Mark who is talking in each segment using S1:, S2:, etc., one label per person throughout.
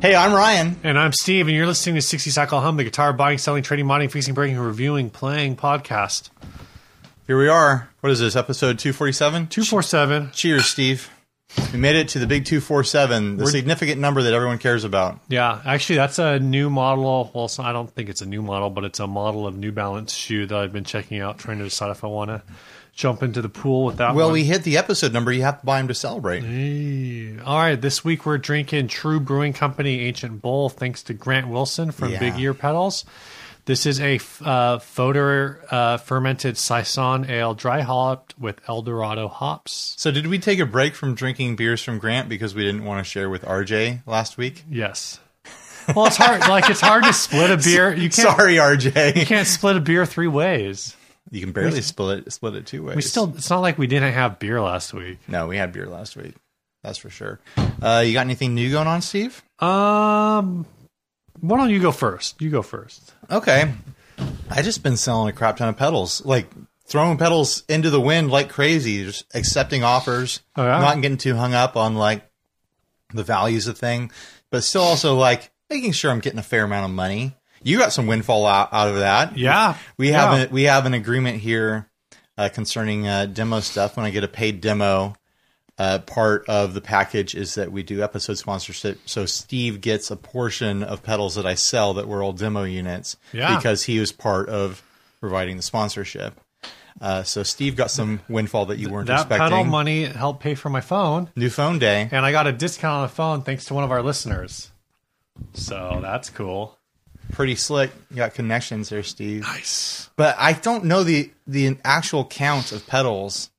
S1: Hey, I'm Ryan.
S2: And I'm Steve, and you're listening to 60 Cycle Hum, the guitar buying, selling, trading, modding, fixing, breaking, reviewing, playing podcast.
S1: Here we are. What is this? Episode 247?
S2: 247.
S1: Cheers, Steve. We made it to the big 247, the
S2: We're-
S1: significant number that everyone cares about.
S2: Yeah, actually, that's a new model. Well, it's- I don't think it's a new model, but it's a model of New Balance shoe that I've been checking out, trying to decide if I want to jump into the pool with that
S1: Well,
S2: one.
S1: we hit the episode number. You have to buy them to celebrate.
S2: Hey. All right, this week we're drinking True Brewing Company Ancient Bull, thanks to Grant Wilson from
S1: Yeah.
S2: Big Ear Pedals. This is a f- uh, fodder uh, fermented Saison ale, dry hopped with Eldorado hops.
S1: So, did we take a break from drinking beers from Grant because we didn't want to share with RJ last week?
S2: Yes. Well, it's hard. like it's hard to split a beer. You can't.
S1: Sorry,
S2: You
S1: RJ.
S2: can't split a beer three ways.
S1: You can barely split it, split it two ways.
S2: We still. It's not like we didn't have beer last week.
S1: no, we had beer last week. That's for sure. Uh, you got anything new going on, Steve?
S2: Um. Why don't you go first? You go first.
S1: Okay. I just been selling a crap ton of pedals, like throwing pedals into the wind like crazy, just accepting offers,
S2: Oh, yeah?
S1: not getting too hung up on like the values of thing, but still also like making sure I'm getting a fair amount of money. You got some windfall out, out of that.
S2: Yeah.
S1: We
S2: Yeah.
S1: have a, we have an agreement here uh, concerning uh, demo stuff. When I get a paid demo, uh, part of the package is that we do episode sponsorship. So Steve gets a portion of pedals that I sell that were all demo units
S2: Yeah.
S1: because he was part of providing the sponsorship. Uh, so Steve got some windfall that you weren't
S2: That
S1: expecting.
S2: pedal money helped pay for my phone.
S1: New phone day.
S2: and I got a discount on the phone thanks to one of our listeners. So that's cool.
S1: Pretty slick. You got connections there, Steve.
S2: Nice.
S1: but I don't know the the actual count of pedals.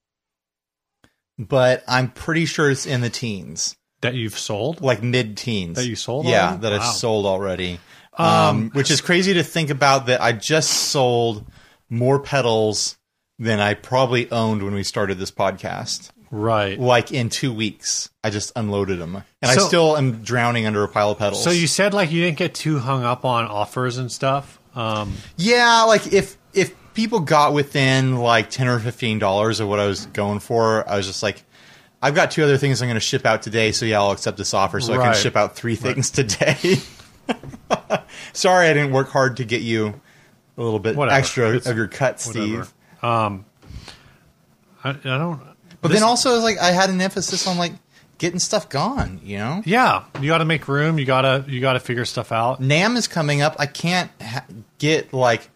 S1: But I'm pretty sure it's in the teens,
S2: That you've sold?
S1: like mid teens.
S2: That you sold
S1: yeah,
S2: already?
S1: that
S2: Wow.
S1: I've sold already. Um, which is crazy to think about that I just sold more pedals than I probably owned when we started this podcast.
S2: Right.
S1: Like in two weeks, I just unloaded them, and I
S2: So-
S1: still am drowning under a pile of pedals.
S2: So you said like you didn't get too hung up on offers and stuff. Um,
S1: Yeah, like if if people got within like ten or fifteen dollars of what I was going for, I was just like, I've got two other things I'm going to ship out today, so yeah, I'll accept this offer, so I
S2: Right.
S1: can ship out three things today. Sorry, I didn't work hard to get you a little bit
S2: Whatever.
S1: extra
S2: It's-
S1: of your cut,
S2: whatever. Um,
S1: Steve.
S2: I, I don't.
S1: But then also, it's like I had an emphasis on like getting stuff gone. You know,
S2: Yeah, you got to make room. You gotta you gotta figure stuff out.
S1: Nam is coming up. I can't ha- get like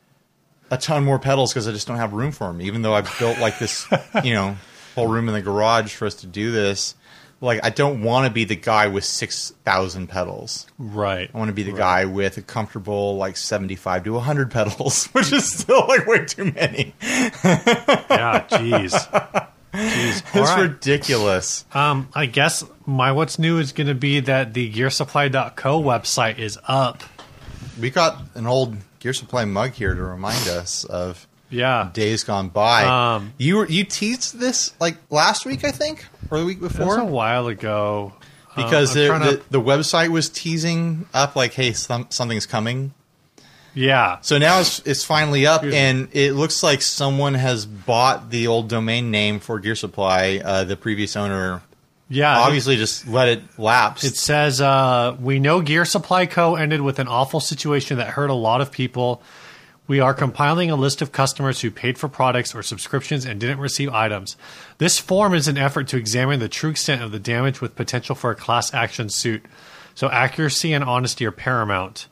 S1: a ton more pedals because I just don't have room for them. Even though I've built like this, you know, whole room in the garage for us to do this. Like I don't want to be the guy with six thousand pedals.
S2: Right.
S1: I want to be the guy with a comfortable like seventy-five to hundred pedals, which is still like way too many.
S2: Yeah. Jeez. Jeez. All
S1: It's
S2: right.
S1: ridiculous.
S2: Um, I guess my what's new is going to be that the GearSupply.co website is up.
S1: We got an old Gear Supply mug here to remind us of
S2: Yeah.
S1: days gone by.
S2: Ah. Um,
S1: you were, you teased this like last week, I think, or the week
S2: It was a
S1: before,
S2: while ago. Um,
S1: because
S2: I'm
S1: there-
S2: trying to-
S1: the, the website was teasing up like, hey, some, something's coming.
S2: yeah.
S1: So now it's, it's finally up,
S2: me.
S1: and it looks like someone has bought the old domain name for Gear Supply. Uh, the previous owner
S2: Yeah. it-
S1: obviously just let it lapse.
S2: It says, uh, We know Gear Supply Co. ended with an awful situation that hurt a lot of people. We are compiling a list of customers who paid for products or subscriptions and didn't receive items. This form is an effort to examine the true extent of the damage with potential for a class action suit. So accuracy and honesty are paramount.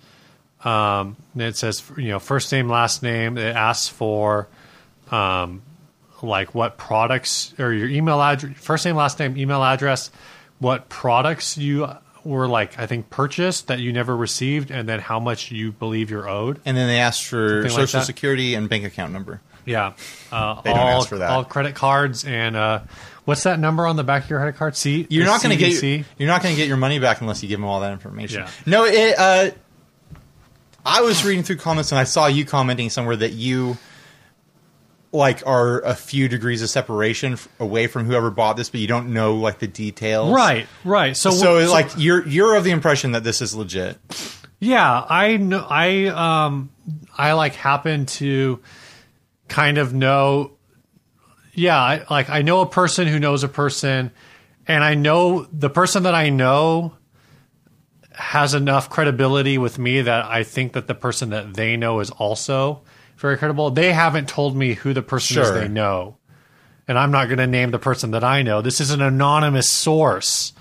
S2: Um, and it says, you know, first name, last name. It asks for, um, like what products or your email address, first name, last name, email address, what products you were like, I think purchased that you never received, and then how much you believe you're owed.
S1: and then they asked for
S2: Something like
S1: social
S2: that.
S1: security and bank account number.
S2: Yeah, uh,
S1: They don't
S2: all,
S1: ask for that.
S2: all credit cards and uh, what's that number on the back of your credit card? C.
S1: You're not going to get
S2: CVC?
S1: you're not going to get your money back unless you give them all that information.
S2: Yeah.
S1: No, it. Uh, I was reading through comments and I saw you commenting somewhere that you like are a few degrees of separation f- away from whoever bought this, but you don't know like the details.
S2: right, right. So
S1: So, like you're you're of the impression that this is legit.
S2: Yeah, I know. I um, I like happen to kind of know. Yeah, I, like I know a person who knows a person, and I know the person that I know has enough credibility with me that I think that the person that they know is also very credible. They haven't told me who the person is
S1: Sure.
S2: they know. And I'm not going to name the person that I know. This is an anonymous source.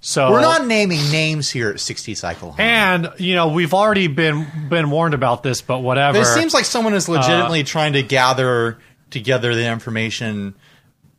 S2: So
S1: We're not naming names here at 60 Cycle. Home.
S2: and you know we've already been been warned about this, but whatever.
S1: It seems like someone is legitimately
S2: uh,
S1: trying to gather together the information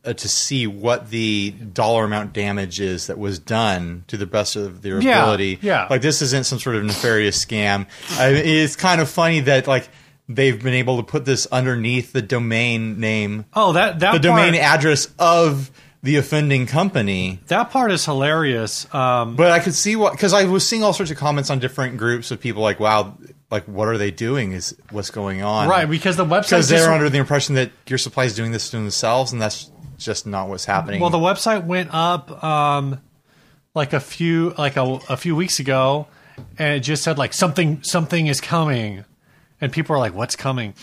S1: uh, to see what the dollar amount damage is that was done to the best of their
S2: Yeah,
S1: ability.
S2: yeah.
S1: Like this isn't some sort of nefarious scam. I mean, it's kind of funny that like they've been able to put this underneath the domain name,
S2: oh, that that
S1: the
S2: part,
S1: domain address of the offending company.
S2: that part is hilarious. Um,
S1: But I could see what because I was seeing all sorts of comments on different groups of people like, "Wow, like what are they doing? Is what's going on?"
S2: right, because the website
S1: because
S2: just,
S1: they're under the impression that Gear Supply is doing this to themselves, and that's just not what's happening.
S2: well the website went up um, like a few like a, a few weeks ago, and it just said like something something is coming, and people are like, what's coming?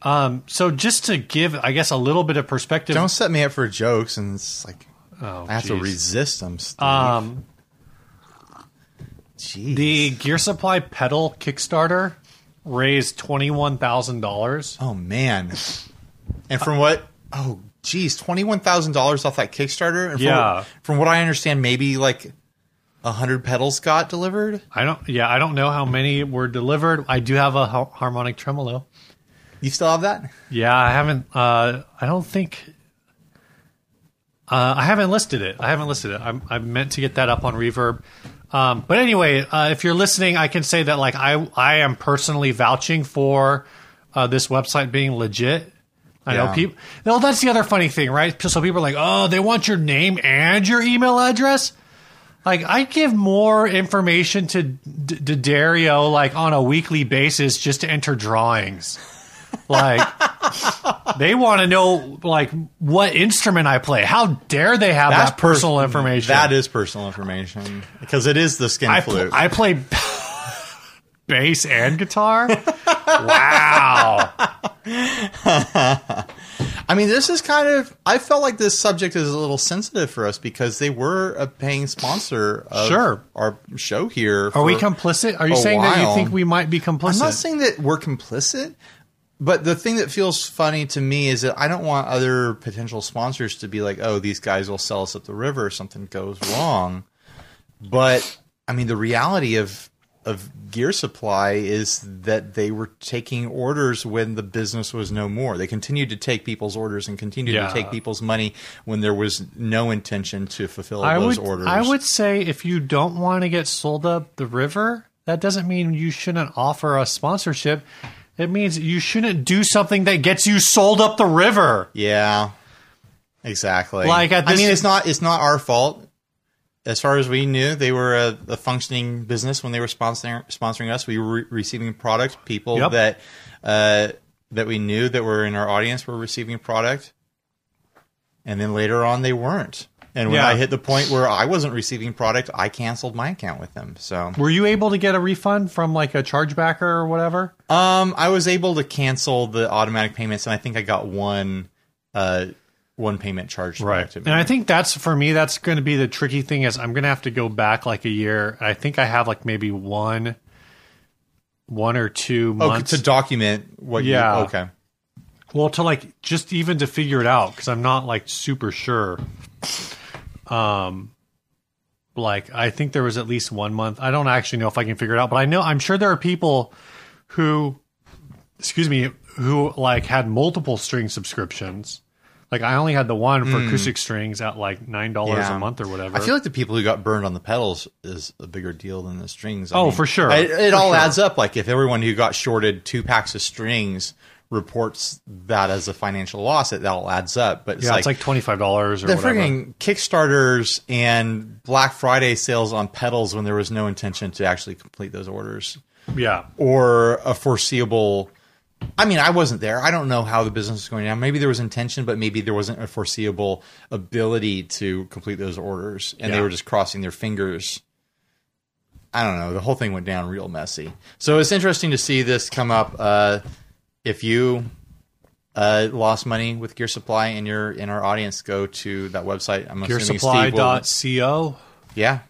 S2: Um, so just to give, I guess, a little bit of perspective.
S1: don't set me up for jokes, and it's like
S2: Oh,
S1: I have to
S2: jeez.
S1: resist them. Steve.
S2: Um,
S1: Jeez.
S2: the Gear Supply pedal Kickstarter raised twenty one thousand dollars.
S1: oh man, and from what? Oh geez, twenty one thousand dollars off that Kickstarter, and from,
S2: Yeah.
S1: what, from what I understand, maybe like a hundred pedals got delivered.
S2: I don't. Yeah, I don't know how many were delivered. I do have a ha- harmonic tremolo.
S1: You still have that?
S2: Yeah, I haven't. Uh, I don't think. Uh, I haven't listed it. I haven't listed it. I'm, I meant to get that up on Reverb. Um, but anyway, uh, if you're listening, I can say that like I I am personally vouching for uh, this website being legit. I know
S1: Yeah.
S2: people. No, that's the other funny thing, right? So people are like, oh, they want your name and your email address. Like I give more information to D- D- Dario like on a weekly basis just to enter drawings. Like they want to know like what instrument I play. How dare they have
S1: That's
S2: that personal
S1: pers-
S2: information?
S1: That is personal information because it is the skin
S2: I, pl-
S1: flute.
S2: I play bass and guitar. wow.
S1: I mean, this is kind of. I felt like this subject is a little sensitive for us because they were a paying sponsor of
S2: Sure.
S1: our show here.
S2: Are we complicit? Are you
S1: a
S2: saying that you
S1: while.
S2: think we might be complicit?
S1: I'm not saying that we're complicit, but the thing that feels funny to me is that I don't want other potential sponsors to be like, "Oh, these guys will sell us up the river if something goes wrong." But I mean, the reality of of gear supply is that they were taking orders when the business was no more. They continued to take people's orders and continued
S2: Yeah.
S1: to take people's money when there was no intention to fulfill
S2: I
S1: those
S2: would,
S1: orders.
S2: I would say if you don't want to get sold up the river, that doesn't mean you shouldn't offer a sponsorship. It means you shouldn't do something that gets you sold up the river.
S1: Yeah, exactly.
S2: Like, at
S1: I
S2: this-
S1: mean, it's not it's not our fault. As far as we knew, they were a, a functioning business when they were sponsoring sponsoring us. We were re- receiving product. People
S2: Yep.
S1: that uh, that we knew that were in our audience were receiving product, and then later on they weren't. And when
S2: Yeah.
S1: I hit the point where I wasn't receiving product, I canceled my account with them. So
S2: Were you able to get a refund from like a chargebacker or whatever?
S1: Um, I was able to cancel the automatic payments, and I think I got one, uh, one payment charged back to me.
S2: And I think that's for me that's going to be the tricky thing is I'm going to have to go back like a year. I think I have like maybe one one or two
S1: Oh,
S2: months.
S1: to document what
S2: Yeah.
S1: you okay.
S2: Well, to like just even to figure it out because I'm not like super sure. Um, like I think there was at least one month. I don't actually know if I can figure it out, but I know I'm sure there are people who, excuse me, who like had multiple string subscriptions. Like I only had the one for acoustic strings at like nine dollars
S1: Hmm. Yeah.
S2: a month or whatever.
S1: I feel like the people who got burned on the pedals is a bigger deal than the strings. I
S2: Oh, for sure.
S1: I- it
S2: For
S1: all
S2: sure.
S1: adds up. Like if everyone who got shorted two packs of strings reports that as a financial loss, it that all adds up. But it's
S2: yeah,
S1: like,
S2: it's like twenty five dollars or
S1: the
S2: whatever.
S1: freaking Kickstarters and Black Friday sales on pedals when there was no intention to actually complete those orders.
S2: yeah,
S1: or a foreseeable I mean, I wasn't there. I don't know how the business was going down. Maybe there was intention, but maybe there wasn't a foreseeable ability to complete those orders and they
S2: Yeah.
S1: were just crossing their fingers. I don't know. The whole thing went down real messy. So it's interesting to see this come up uh if you uh, lost money with Gear Supply and you're in our audience, go to that website. I'm assuming Steve will-
S2: gearsupply.co.
S1: Yeah,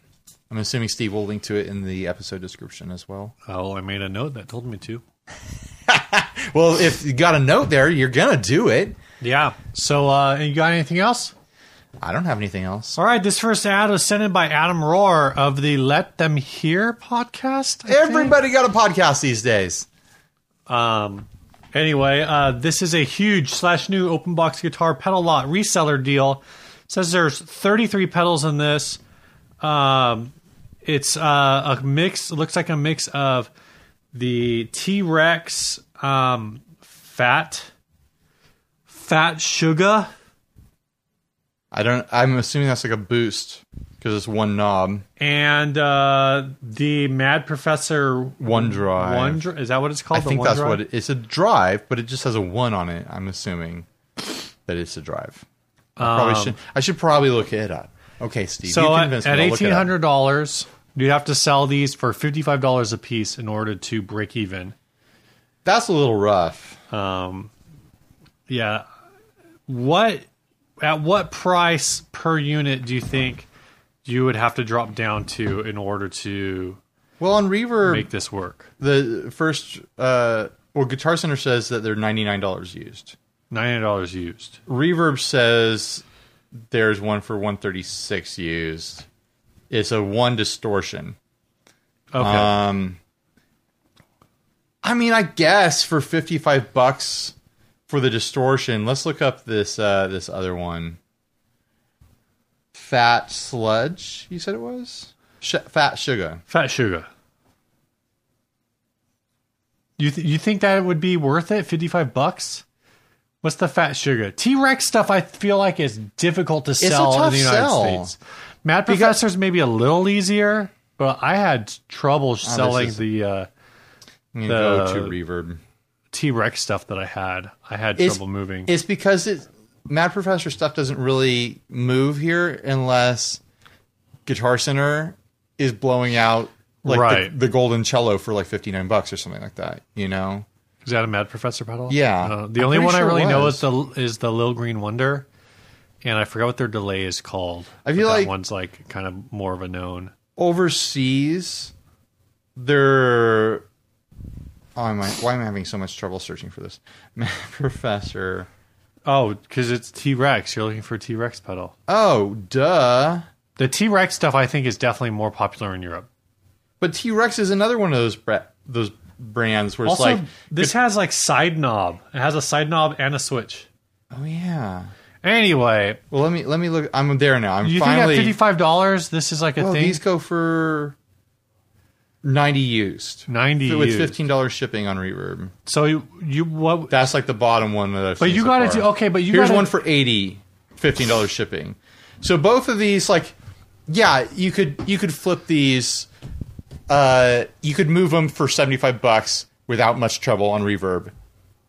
S1: I'm assuming Steve will link to it in the episode description as well.
S2: Oh, I made a note that told me to.
S1: Well, if you got a note there, you're gonna do it.
S2: Yeah. So, uh, you got anything else?
S1: I don't have anything else.
S2: All right. This first ad was sent in by Adam Rohr of the Let Them Hear podcast. I think.
S1: Everybody got a podcast these days.
S2: Um, anyway, uh, this is a huge slash new open box guitar pedal lot reseller deal. says there's 33 pedals in this. Um, it's uh, a mix. It looks like a mix of the T Rex, um, Fat, Fat Sugar.
S1: I don't. I'm assuming that's like a boost because it's one knob,
S2: And uh, the Mad Professor
S1: one drive.
S2: One dri- is that what it's
S1: I
S2: called? The
S1: think
S2: One
S1: that's
S2: Drive?
S1: what it, it's a drive, but it just has a one on it. I'm assuming that it's a drive. I probably should. I should probably look it up. Okay, Steve.
S2: Um, So
S1: you
S2: at,
S1: convinced
S2: at
S1: me. I'll look it
S2: eighteen
S1: up.
S2: hundred dollars, you'd have to sell these for fifty five dollars a piece in order to break even.
S1: that's a little rough.
S2: Yeah. What at what price per unit do you think you would have to drop down to in order to
S1: Well, on Reverb,
S2: make this work?
S1: the first uh, well, Guitar Center says that they're ninety nine dollars used.
S2: Ninety dollars used.
S1: Reverb says there's one for 136 used. It's a one distortion.
S2: Okay.
S1: Um, I mean, I guess for 55 bucks for the distortion, let's look up this uh, this other one. Fat sludge, you said it was Sh- fat sugar.
S2: Fat sugar. You th- you think that it would be worth it? Fifty five bucks. What's the fat sugar? T Rex stuff. I feel like is difficult to
S1: a
S2: sell in
S1: tough
S2: the United
S1: sell.
S2: States. Mad Professor's maybe a little easier, but I had trouble selling
S1: Oh, is-
S2: the uh,
S1: I'm gonna go to
S2: The-
S1: reverb.
S2: T Rex stuff that I had. I had
S1: It's-
S2: trouble moving.
S1: It's because it Mad Professor stuff doesn't really move here unless Guitar Center is blowing out like
S2: Right.
S1: the, the golden cello for like fifty nine bucks or something like that. You know,
S2: is that a Mad Professor pedal?
S1: Yeah.
S2: Uh, the
S1: I'm
S2: only
S1: pretty
S2: one I
S1: sure it
S2: really know is
S1: was.
S2: the is the Lil Green Wonder, and I forgot what their delay is called.
S1: I feel
S2: but that
S1: like-
S2: one's like kind of more of a known.
S1: overseas they're. Oh, am I, why am I having so much trouble searching for this, Mad Professor?
S2: Oh, because it's T Rex. You're looking for a T Rex pedal.
S1: Oh, duh.
S2: The T Rex stuff, I think, is definitely more popular in Europe.
S1: But T Rex is another one of those bra- those brands where it's
S2: Also,
S1: like,
S2: this has like side knob. It has a side knob and a switch.
S1: oh yeah.
S2: Anyway,
S1: Well, let me let me look. I'm there now. I'm
S2: you
S1: finally.
S2: think at fifty-five dollars, this is like a
S1: Oh,
S2: thing.
S1: these go for ninety used.
S2: 90
S1: with
S2: used.
S1: fifteen dollars shipping on Reverb.
S2: So you, you what?
S1: That's like the bottom one that I've. But
S2: you gotta do- okay, but you
S1: here's
S2: gotta-
S1: one for 80 15 dollars shipping. So both of these, like, yeah, you could you could flip these. Uh, you could move them for seventy five bucks without much trouble on Reverb,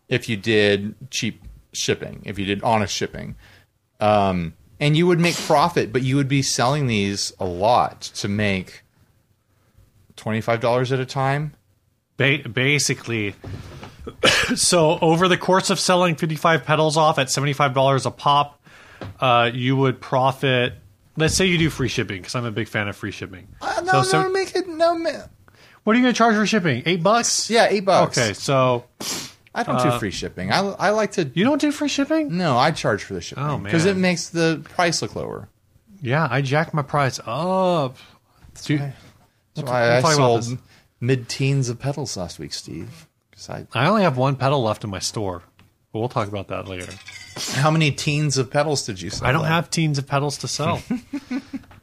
S1: if you did cheap shipping, if you did honest shipping. Um, and you would make profit, but you would be selling these a lot to make twenty five dollars at a time.
S2: Ba- basically, so over the course of selling fifty-five pedals off at seventy-five dollars a pop, uh, you would profit. Let's say you do free shipping, because I'm a big fan of free shipping.
S1: Uh,
S2: So- so-
S1: make it no. ma-
S2: What are you going to charge for shipping? Eight bucks?
S1: Yeah, eight bucks.
S2: Okay, uh, so
S1: I don't do free shipping. I, I like to.
S2: you don't do free shipping?
S1: No, I charge for the shipping.
S2: Oh,
S1: Because it
S2: man.
S1: makes the price look lower.
S2: Yeah, I jacked my price up. Dude,
S1: That's why
S2: we'll
S1: I
S2: talk about
S1: sold mid teens of pedals last week, Steve. 'Cause I,
S2: I only have one pedal left in my store, but we'll talk about that later.
S1: how many teens of pedals did you sell?
S2: I don't
S1: then?
S2: have teens of pedals to sell.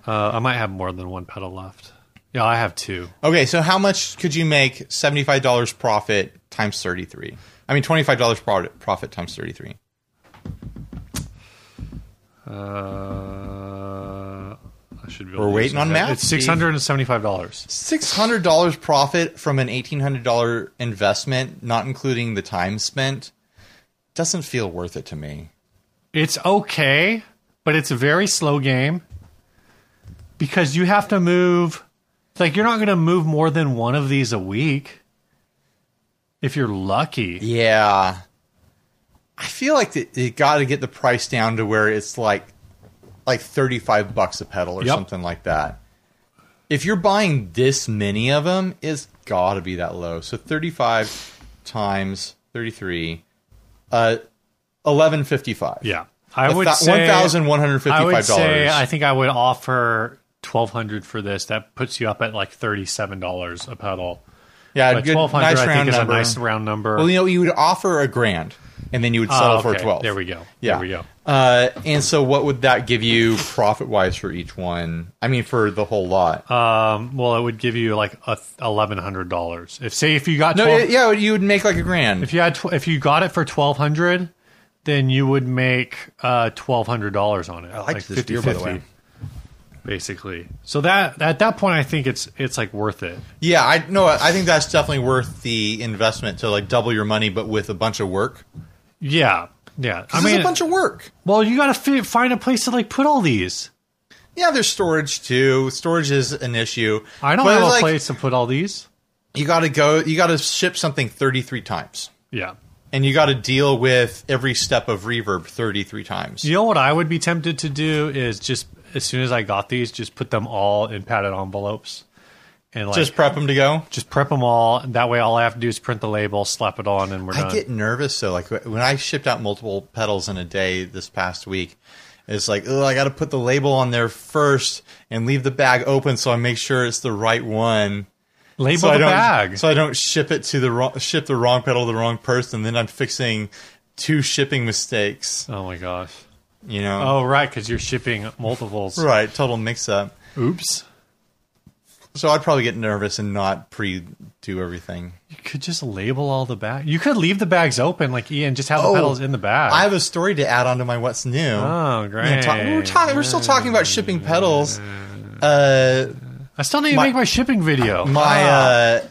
S2: uh, I might have more than one pedal left. Yeah, I have two.
S1: Okay, so how much could you make $75 profit times 33? I mean, $25 pro- profit times 33.
S2: Uh, I should be. able
S1: We're
S2: to do
S1: waiting
S2: some
S1: on
S2: math.
S1: math,
S2: It's
S1: Steve.
S2: six hundred and seventy-five dollars.
S1: $600 profit from an $1,800 investment, not including the time spent, doesn't feel worth it to me.
S2: It's okay, but it's a very slow game because you have to move. Like you're not going to move more than one of these a week if you're lucky.
S1: Yeah. I feel like th- you got to get the price down to where it's like like 35 bucks a pedal or
S2: Yep.
S1: something like that. if you're buying this many of them, it's got to be that low. So 35 times 33, uh, 1155.
S2: Yeah. I would
S1: Thou-
S2: say
S1: $1,155.
S2: I would say I think I would offer twelve hundred for this. That puts you up at like thirty seven dollars a pedal.
S1: yeah,
S2: But
S1: good,
S2: twelve hundred
S1: nice
S2: I
S1: round
S2: think is
S1: number.
S2: a nice round number.
S1: Well, you know, you would offer a grand, and then you would settle
S2: Ah,
S1: for
S2: okay.
S1: 12.
S2: There we go.
S1: Yeah.
S2: There we go.
S1: Uh, and so, what would that give you profit wise for each one? I mean, for the whole lot.
S2: Um, well, it would give you like a eleven hundred dollars. If say if you got
S1: no,
S2: 12,
S1: yeah, you would make like a grand.
S2: if you had tw- if you got it for twelve hundred, then you would make uh twelve hundred dollars on it. I
S1: liked this deer, by the way.
S2: Basically, so that at that point, I think it's it's like worth it.
S1: Yeah, I no, I think that's definitely worth the investment to like double your money, but with a bunch of work.
S2: Yeah, yeah. I
S1: I
S2: mean,
S1: a bunch of work.
S2: well, you got to f- find a place to like put all these.
S1: Yeah, there's storage too. Storage is an issue.
S2: I don't
S1: But
S2: have a
S1: it's like,
S2: place to put all these.
S1: You got to go. You got to ship something 33 times,
S2: Yeah.
S1: and you got to deal with every step of reverb 33 times.
S2: You know what I would be tempted to do is just as soon as I got these, just put them all in padded envelopes and like
S1: Just
S2: just,
S1: prep them to go.
S2: prep them all. And that way, all I have to do is print the label, slap it on, and we're
S1: I
S2: done.
S1: get nervous though. Like when I shipped out multiple pedals in a day this past week, it's like, oh, I got to put the label on there first and leave the bag open so I make sure it's the right one.
S2: Label
S1: So I
S2: the
S1: don't,
S2: bag.
S1: so I don't ship it to the wrong, ship the wrong pedal to the wrong person. Then I'm fixing two shipping mistakes.
S2: oh my gosh.
S1: You know,
S2: Oh right, because you're shipping multiples.
S1: right? Total mix up.
S2: Oops.
S1: So I'd probably get nervous and not pre do everything.
S2: You could just label all the bag. You could leave the bags open, like Ian. Just have the pedals in the bag.
S1: Oh. I have a story to add on to my what's new.
S2: oh
S1: You know,
S2: great.
S1: ta- we we're talking. We're still talking about shipping pedals. Uh,
S2: I still need to
S1: My-
S2: make my shipping video. Ah.
S1: my uh,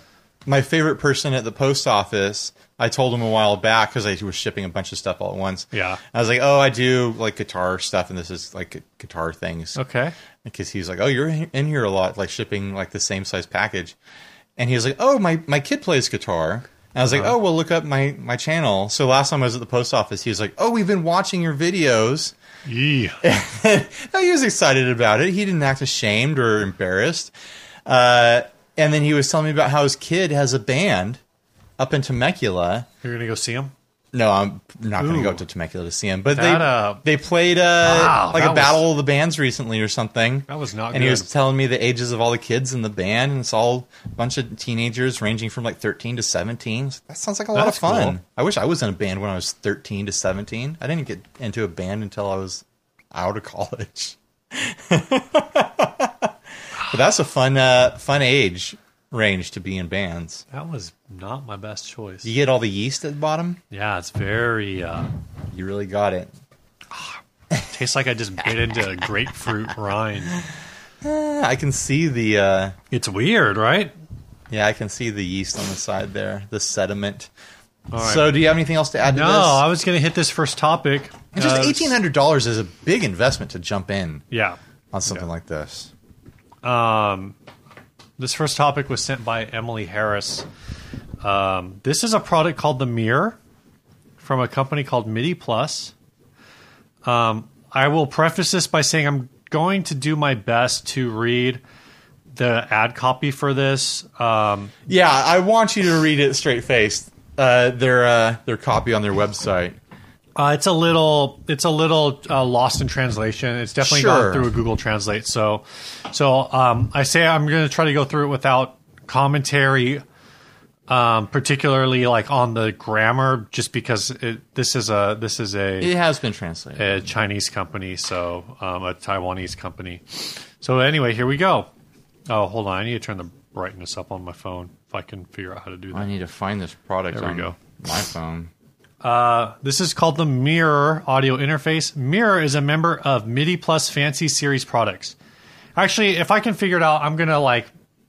S1: my favorite person at the post office. I told him a while back because I was shipping a bunch of stuff all at once.
S2: Yeah.
S1: I was like, "Oh, I do like guitar stuff, and this is like gu- guitar things."
S2: okay.
S1: Because he's like, "Oh, you're in in here a lot, like shipping like the same size package," and he's like, "Oh, my my kid plays guitar." And I was like,
S2: Uh-huh.
S1: "Oh, well, look up my my channel." So last time I was at the post office, he was like, "Oh, we've been watching your videos."
S2: Yeah.
S1: No, he was excited about it. He didn't act ashamed or embarrassed. Uh, and then he was telling me about how his kid has a band up in Temecula.
S2: You're gonna go see him.
S1: No, I'm not going to
S2: Ooh.
S1: go up to Temecula to see him. But
S2: That,
S1: they
S2: uh,
S1: they played uh,
S2: Wow,
S1: like
S2: that
S1: a
S2: was-
S1: battle of the bands recently or something.
S2: That was not
S1: And he
S2: good.
S1: was telling me the ages of all the kids in the band, and it's all a bunch of teenagers ranging from like 13 to 17. That sounds like a lot
S2: That's
S1: of fun.
S2: cool.
S1: I wish I was in a band when I was 13 to 17. I didn't get into a band until I was out of college. but that's a fun uh, fun age range to be in bands.
S2: That was not my best choice.
S1: You get all the yeast at the bottom.
S2: Yeah, it's very uh
S1: You really got it.
S2: tastes like I just bit into a grapefruit rind.
S1: I can see the uh,
S2: It's weird, right?
S1: yeah, I can see the yeast on the side there, the sediment.
S2: right.
S1: So, do you have anything else to add to
S2: No,
S1: this?
S2: I was gonna hit this first topic.
S1: And just
S2: Uh,
S1: eighteen hundred dollars is a big investment to jump in
S2: Yeah.
S1: on something like this.
S2: This first topic was sent by Emily Harris. Um, this is a product called the Mirror from a company called MIDI Plus. Um, I will preface this by saying I'm going to do my best to read the ad copy for this. Um,
S1: Yeah, I want you to read it straight faced. Uh, their uh, their copy on their website.
S2: Uh, it's a little, it's a little uh, lost in translation. It's definitely
S1: Sure.
S2: gone through a Google Translate. So, so um, I say I'm going to try to go through it without commentary, um, particularly like on the grammar, just because it, this is a this is a,
S1: It has been translated.
S2: a Chinese company, so um, a Taiwanese company. So anyway, here we go. Oh, hold on, I need to turn the brightness up on my phone if I can figure out how to do that.
S1: I need to find this product
S2: There we
S1: on
S2: go.
S1: my phone.
S2: This is called the Mirror audio interface. Mirror is a member of MIDI Plus Fancy Series products. Actually, if I can figure it out, I'm going to like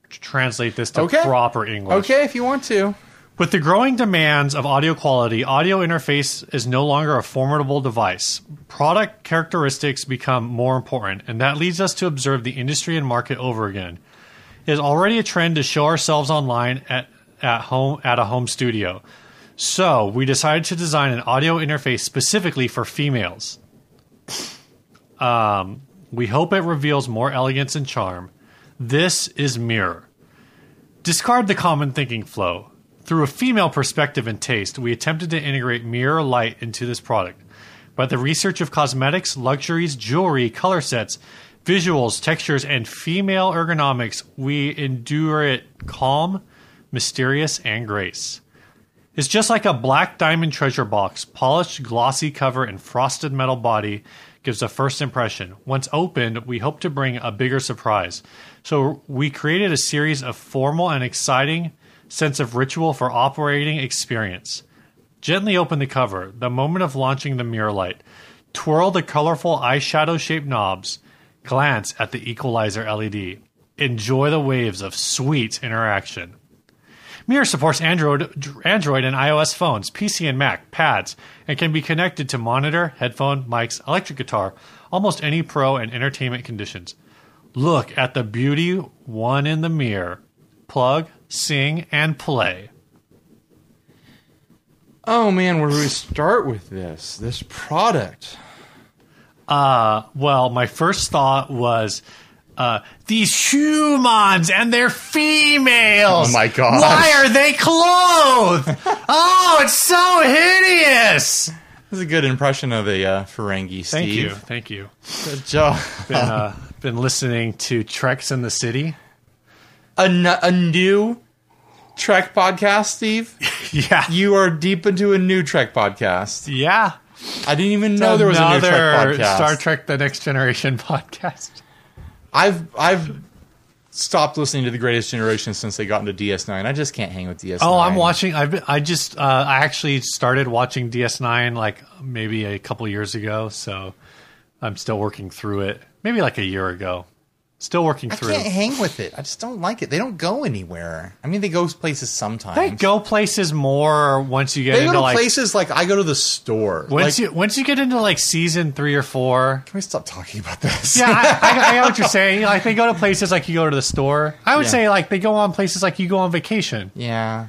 S2: translate this to
S1: Okay.
S2: proper English.
S1: Okay, if you want to.
S2: With the growing demands of audio quality, audio interface is no longer a formidable device. Product characteristics become more important, and that leads us to observe the industry and market over again. It is already a trend to show ourselves online at, at home at a home studio. So we decided to design an audio interface specifically for females. Um, we hope it reveals more elegance and charm. This is Mirror. Discard the common thinking flow. Through a female perspective and taste, we attempted to integrate mirror light into this product. By the research of cosmetics, luxuries, jewelry, color sets, visuals, textures, and female ergonomics, we endure it calm, mysterious, and grace. It's just like a black diamond treasure box, polished, glossy cover, and frosted metal body gives a first impression. Once opened, we hope to bring a bigger surprise. So we created a series of formal and exciting sense of ritual for operating experience. Gently open the cover, the moment of launching the mirror light. Twirl the colorful eyeshadow shaped knobs. Glance at the equalizer LED. Enjoy the waves of sweet interaction. Mirror supports Android, Android and iOS phones, PC and Mac, pads, and can be connected to monitor, headphone, mics, electric guitar, almost any pro and entertainment conditions. Look at the beauty one in the mirror. Plug, sing, and play.
S1: Oh man, where do we start with this? This product.
S2: Uh, well, my first thought was uh, these humans and they're females.
S1: Oh my gosh.
S2: Why are they clothed? oh, it's so hideous.
S1: This is a good impression of the uh, Ferengi. Steve.
S2: Thank you, thank you.
S1: Good job.
S2: Been, uh, been listening to Treks in the City.
S1: A, n- a new Trek podcast, Steve.
S2: Yeah,
S1: You are deep into a new Trek podcast.
S2: yeah.
S1: I didn't even know there was a new Trek
S2: Another
S1: podcast.
S2: Star Trek: The Next Generation podcast.
S1: I've I've stopped listening to the Greatest Generation since they got into DS9. I just can't hang with DS9.
S2: Oh, I'm watching. I've been, I just uh, I actually started watching DS9 like maybe a couple years ago, so I'm still working through it. Maybe like a year ago. Still working
S1: I
S2: through.
S1: can't hang with it. I just don't like it. They don't go anywhere. I mean, they go places sometimes.
S2: They go places more once you get
S1: They go
S2: into
S1: to
S2: like
S1: places like I go to the store. like,
S2: once you once you get into like season three or four.
S1: can we stop talking about this?
S2: Yeah, I, I, I know what you're saying. Like they go to places like you go to the store. I would
S1: Yeah.
S2: say like they go on places like you go on vacation.
S1: yeah.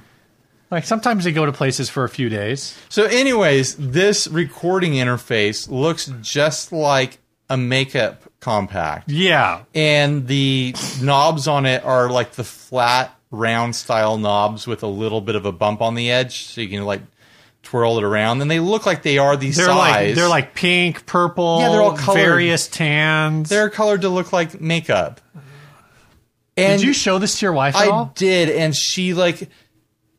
S2: Like sometimes they go to places for a few days.
S1: So, anyways, this recording interface looks just like a makeup compact,
S2: Yeah,
S1: and the knobs on it are like the flat, round style knobs with a little bit of a bump on the edge, so you can like twirl it around. And they look like they are the
S2: they're
S1: size.
S2: like they're like pink, purple.
S1: Yeah, they're all colored.
S2: various tans.
S1: they're colored to look like makeup. And
S2: Did you show this to your wife
S1: I
S2: at all?
S1: did, and she like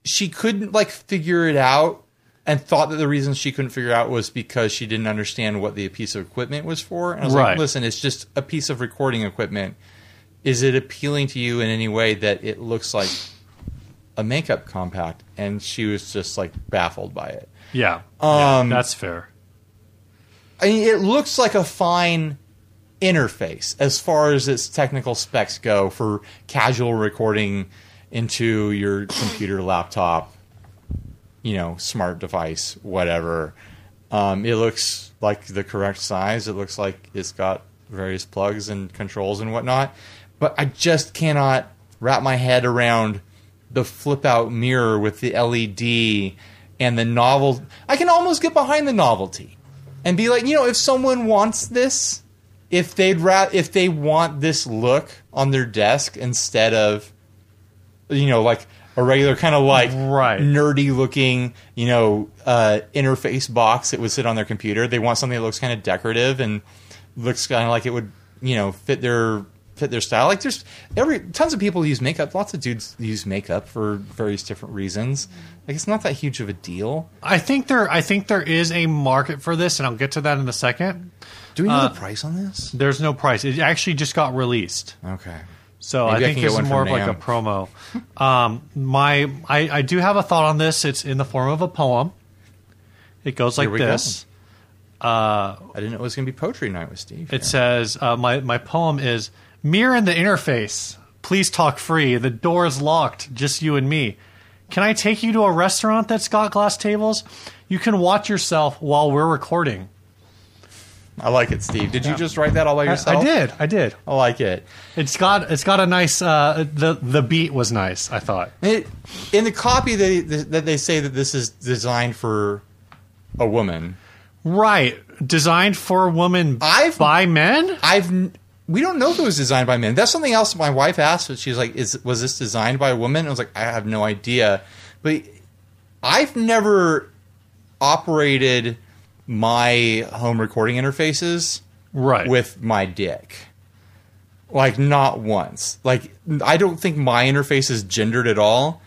S1: she couldn't like figure it out, and thought that the reason she couldn't figure it out was because she didn't understand what the piece of equipment was for. And I was
S2: Right.
S1: like, listen, it's just a piece of recording equipment. Is it appealing to you in any way that it looks like a makeup compact? And she was just like baffled by it.
S2: Yeah,
S1: Um,
S2: yeah, that's fair.
S1: I mean, it looks like a fine interface as far as its technical specs go for casual recording into your computer, laptop, you know, smart device, whatever. Um, it looks like the correct size. It looks like it's got various plugs and controls and whatnot. But I just cannot wrap my head around the flip out mirror with the LED and the novel. I can almost get behind the novelty and be like, you know, if someone wants this, if they'd ra- if they want this look on their desk instead of, you know, like a regular kind of like
S2: Right.
S1: nerdy looking, you know, uh, interface box that would sit on their computer. They want something that looks kind of decorative and looks kind of like it would, you know, fit their fit their style. Like there's every tons of people use makeup. Lots of dudes use makeup for various different reasons. Like it's not that huge of a deal.
S2: I think there I think there is a market for this, and I'll get to that in a second.
S1: Do we know
S2: Uh,
S1: the price on this?
S2: There's no price. It actually just got released.
S1: Okay.
S2: So
S1: Maybe I
S2: I think
S1: can get
S2: this
S1: one
S2: is
S1: from
S2: more of like a
S1: Nam.
S2: promo. Um, my I, I do have a thought on this. It's in the form of a poem. It goes like
S1: we go.
S2: this.
S1: I didn't know it was going to be poetry night with Steve.
S2: It says uh, my my poem is mirror in the interface. Please talk free. The door is locked. Just you and me. Can I take you to a restaurant that's got glass tables? You can watch yourself while we're recording.
S1: I like it, Steve. Did you just write that all by
S2: I-
S1: yourself?
S2: I did. I did.
S1: I like it.
S2: It's got it's got a nice uh, the the beat was nice. I thought.
S1: It, in the copy, they that they say that this is designed for a woman.
S2: Right, designed for women
S1: I've-
S2: by men.
S1: I've n- we don't know if it was designed by men. That's something else my wife asked. She's like, "Is was this designed by a woman?" I was like, "I have no idea," but I've never operated my home recording interfaces
S2: Right.
S1: with my dick. Like not once. Like I don't think my interface is gendered at all.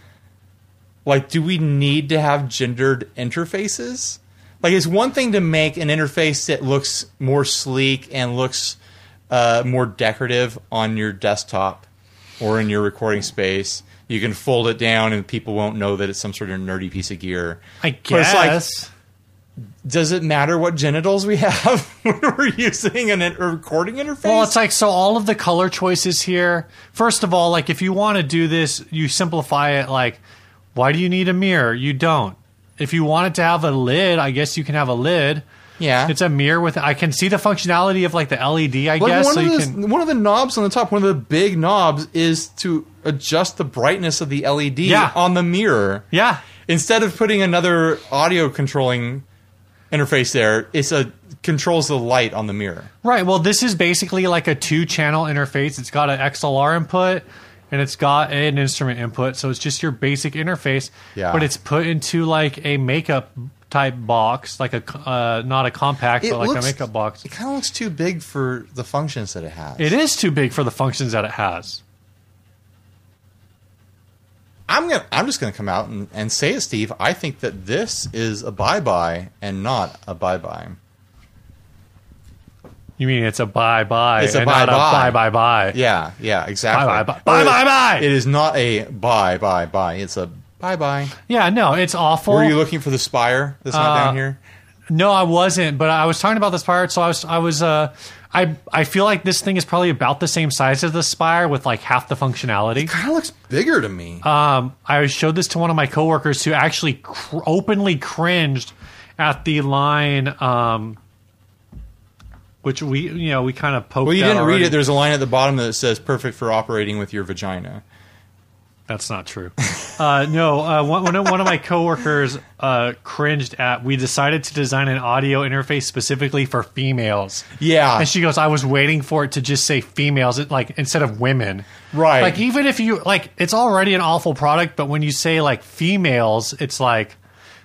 S1: Like do we need to have gendered interfaces? Like it's one thing to make an interface that looks more sleek and looks uh, more decorative on your desktop or in your recording space. You can fold it down and people won't know that it's some sort of nerdy piece of gear.
S2: I
S1: But it's like,
S2: guess.
S1: does it matter what genitals we have when we're using an, in- a recording interface?
S2: Well, it's like so all of the color choices here. First of all, like if you want to do this, you simplify it like why do you need a mirror? You don't. If you want it to have a lid, I guess you can have a lid.
S1: yeah,
S2: It's a mirror with I can see the functionality of like the LED, I
S1: Like,
S2: guess,
S1: one
S2: so
S1: of
S2: you
S1: those-
S2: can
S1: one of the knobs on the top, one of the big knobs, is to adjust the brightness of the LED
S2: Yeah.
S1: on the mirror.
S2: Yeah.
S1: Instead of putting another audio controlling interface there, it's a controls the light on the mirror.
S2: Right. Well, this is basically like a two channel interface. It's got an XLR input and it's got an instrument input. So it's just your basic interface.
S1: Yeah.
S2: But it's put into like a makeup type box, like a, uh, not a compact, but like a makeup box.
S1: It kind of looks too big for the functions that it has.
S2: It is too big for the functions that it has.
S1: I'm gonna. I'm just gonna come out and, and say it, Steve. I think that this is a bye bye and not a bye bye.
S2: You mean it's a bye bye?
S1: It's a
S2: and not
S1: bye-bye.
S2: Bye bye bye.
S1: Yeah, yeah, exactly.
S2: Bye, bye, bye.
S1: Or
S2: Bye, bye, bye.
S1: It is not a bye bye bye. It's a bye bye.
S2: Yeah. No, it's awful.
S1: Were you looking for the spire that's not
S2: Uh,
S1: down here?
S2: No, I wasn't. But I was talking about the Spire, so I was, I was, uh, I, I feel like this thing is probably about the same size as the Spire with like half the functionality.
S1: Kind of looks bigger to me.
S2: Um, I showed this to one of my coworkers who actually cr- openly cringed at the line, um, which we, you know, we kind of poked.
S1: well, you
S2: at
S1: didn't
S2: already.
S1: read it. There's a line at the bottom that says "perfect for operating with your vagina."
S2: That's not true. Uh, no, uh, one, one of- one of my coworkers uh, cringed at. We decided to design an audio interface specifically for females.
S1: Yeah,
S2: And she goes, I was waiting for it to just say females, it- like instead of women.
S1: right.
S2: Like even if you like, it's already an awful product, but when you say like females, it's like,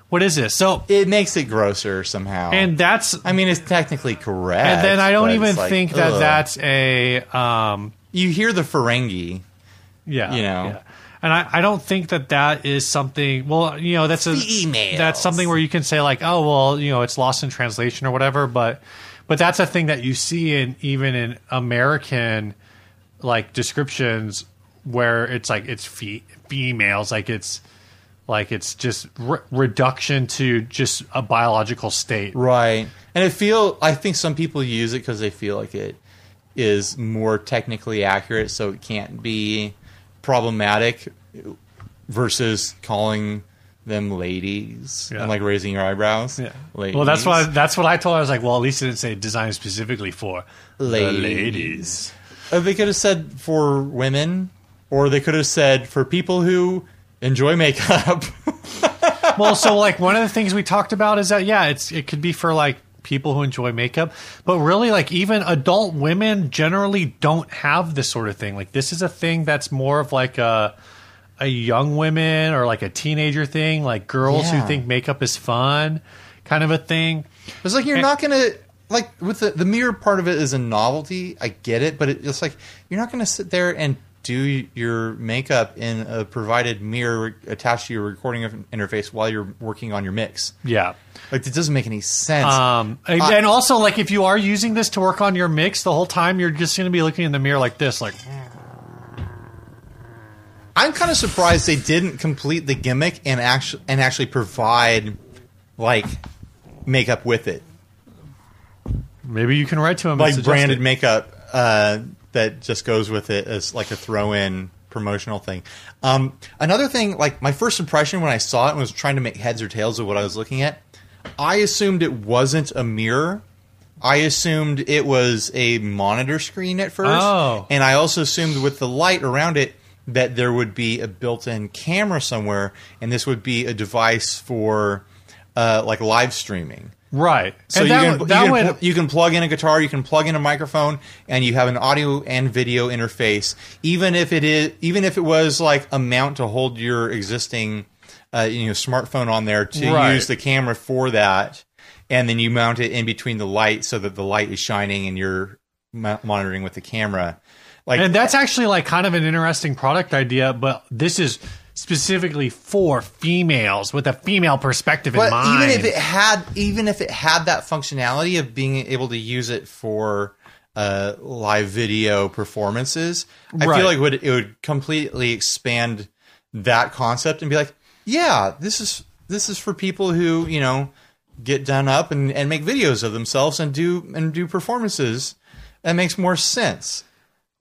S2: what is this? So,
S1: it makes it grosser somehow.
S2: and that's,
S1: I mean, it's technically correct.
S2: and then I don't
S1: but it's
S2: even
S1: like,
S2: think that
S1: ugh.
S2: that's a, um,
S1: you hear the Ferengi.
S2: yeah,
S1: You know.
S2: yeah. And I, I don't think that that is something. Well, you know, that's a
S1: Females.
S2: that's something where you can say like, oh well, you know, it's lost in translation or whatever. But but that's a thing that you see in even in American like descriptions where it's like it's fe- females, like it's like it's just re- reduction to just a biological state.
S1: Right. And I feel I think some people use it because they feel like it is more technically accurate, so it can't be problematic versus calling them ladies
S2: Yeah.
S1: and like raising your eyebrows.
S2: Yeah. Well,
S1: Ladies.
S2: that's why that's what I told. her. I was like, well, at least it didn't say designed specifically for the
S1: Ladies. Uh, they could have said for women, or they could have said for people who enjoy makeup.
S2: well, so like one of the things we talked about is that yeah, it's it could be for like people who enjoy makeup, but really like even adult women generally don't have this sort of thing. Like this is a thing that's more of like a a young women or like a teenager thing, like girls
S1: Yeah.
S2: who think makeup is fun, kind of a thing.
S1: It's like you're not gonna like with the the mirror part of it is a novelty. I get it, but it, it's like you're not gonna sit there and do your makeup in a provided mirror attached to your recording of- interface while you're working on your mix.
S2: Yeah.
S1: Like it doesn't make any sense.
S2: Um, and, and also like if you are using this to work on your mix the whole time, you're just going to be looking in the mirror like this, like
S1: I'm kind of surprised they didn't complete the gimmick and actually and actually provide like makeup with it,
S2: maybe you can write to him. and
S1: like
S2: suggest
S1: branded
S2: it.
S1: makeup uh, that just goes with it as like a throw-in promotional thing. Um, another thing, like my first impression when I saw it and was trying to make heads or tails of what I was looking at. I assumed it wasn't a mirror. I assumed it was a monitor screen at first,
S2: Oh.
S1: and I also assumed with the light around it that there would be a built-in camera somewhere, and this would be a device for uh, like live streaming.
S2: Right.
S1: So
S2: and
S1: you,
S2: that,
S1: can,
S2: that
S1: you,
S2: would,
S1: can, pl- you can plug in a guitar, you can plug in a microphone, and you have an audio and video interface. Even if it is, even if it was like a mount to hold your existing, uh, you know, smartphone on there to
S2: Right.
S1: use the camera for that, and then you mount it in between the light so that the light is shining and you're mo- monitoring with the camera. Like
S2: and that's actually like kind of an interesting product idea, but this is specifically for females with a female perspective in
S1: But
S2: mind.
S1: even if it had, even if it had that functionality of being able to use it for uh, live video performances, I
S2: Right.
S1: feel like it would it would completely expand that concept and be like, yeah, this is this is for people who you know get done up and, and make videos of themselves and do and do performances. That makes more sense.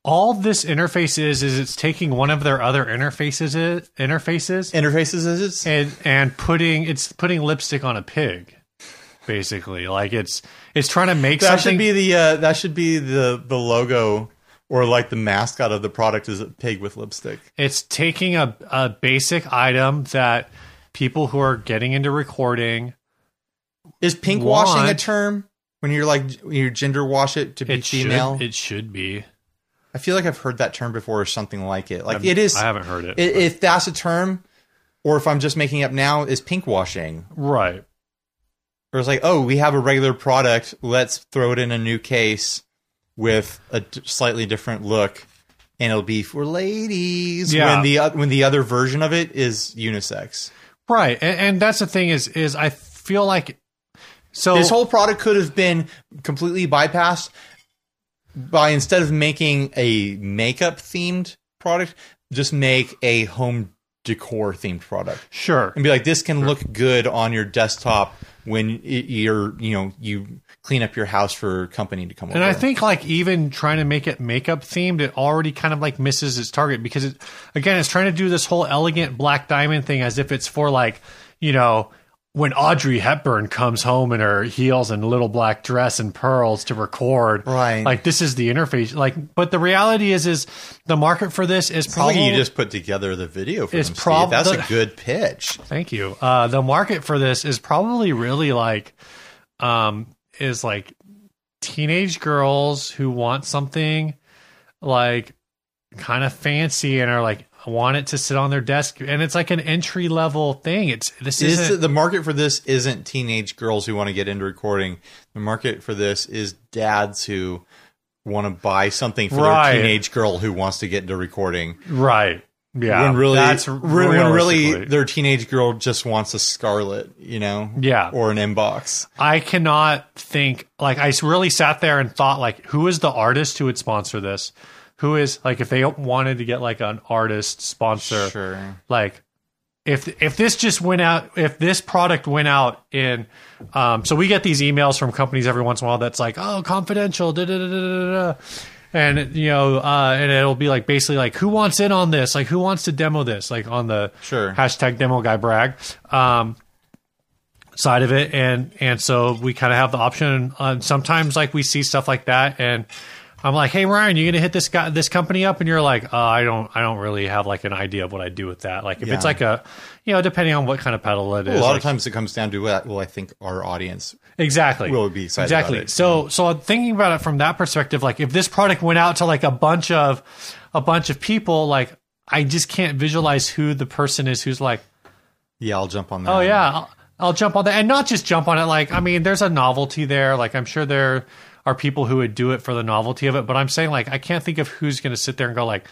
S2: all this interface is is it's taking one of their other interfaces interfaces
S1: Interfaces as it's
S2: and and putting it's putting lipstick on a pig basically like it's it's trying to make
S1: that
S2: something
S1: should be the uh, that should be the the logo or like the mascot of the product is a pig with lipstick.
S2: it's taking a, a basic item that people who are getting into recording
S1: Is pink washing a
S2: want-
S1: term when you're like when you gender wash it to be
S2: it
S1: female?
S2: should it should be
S1: I feel like I've heard that term before or something like it. Like it is.
S2: i haven't heard it
S1: i- if that's a term, or if I'm just making up now, is pink washing?
S2: right
S1: Or it's like, oh, we have a regular product. Let's throw it in a new case with a d- slightly different look, and it'll be for ladies.
S2: Yeah.
S1: When the oth- when the other version of it is unisex.
S2: right and, and that's the thing is is i feel like so
S1: This whole product could have been completely bypassed by instead of making a makeup themed product, just make a home decor themed product
S2: sure
S1: and be like, this can look good on your desktop when y- you're, you know, you clean up your house for company to come over.
S2: And I think like even trying to make it makeup themed, it already kind of like misses its target because it again it's trying to do this whole elegant black diamond thing as if it's for like, you know, when Audrey Hepburn comes home in her heels and little black dress and pearls to record.
S1: Right.
S2: Like this is the interface. Like but the reality is is the market for this is
S1: Sounds
S2: probably
S1: like you just put together the video for
S2: It's
S1: them, Steve.
S2: prob-
S1: That's
S2: the-
S1: a good pitch.
S2: Thank you. Uh, the market for this is probably really like, um, is like teenage girls who want something like kind of fancy and are like want it to sit on their desk, and it's like an entry level thing. It's this
S1: Is
S2: isn't.
S1: the market for this isn't teenage girls who want to get into recording. The market for this is dads who want to buy something for
S2: Right.
S1: their teenage girl who wants to get into recording.
S2: right. Yeah.
S1: when really,
S2: that's
S1: when- when really
S2: realistically.
S1: their teenage girl just wants a Scarlet, you know,
S2: Yeah.
S1: or an inbox.
S2: I cannot think like I really sat there and thought like who is the artist who would sponsor this? Who is like if they wanted to get like an artist sponsor?
S1: Sure.
S2: like if if this just went out if this product went out in um so we get these emails from companies every once in a while that's like oh confidential da, da, da, da, da, da. and you know uh and it'll be like basically like who wants in on this like who wants to demo this like on the
S1: Sure.
S2: hashtag demo guy brag um side of it and and so we kind of have the option um, sometimes like we see stuff like that and i'm like hey ryan you're gonna hit this guy this company up and you're like uh, i don't i don't really have like an idea of what i do with that like if
S1: Yeah.
S2: it's like a you know depending on what kind of pedal it is
S1: A lot
S2: like-
S1: of times it comes down to what well, I think our audience.
S2: Exactly.
S1: We'll be excited
S2: exactly.
S1: about it.
S2: So so I'm thinking about it from that perspective, like if this product went out to like a bunch of a bunch of people, like I just can't visualize who the person is who's like,
S1: Yeah, I'll jump on that.
S2: oh yeah, I'll, I'll jump on that, and not just jump on it. Like I mean, there's a novelty there. Like I'm sure there are people who would do it for the novelty of it, but I'm saying like I can't think of who's going to sit there and go like,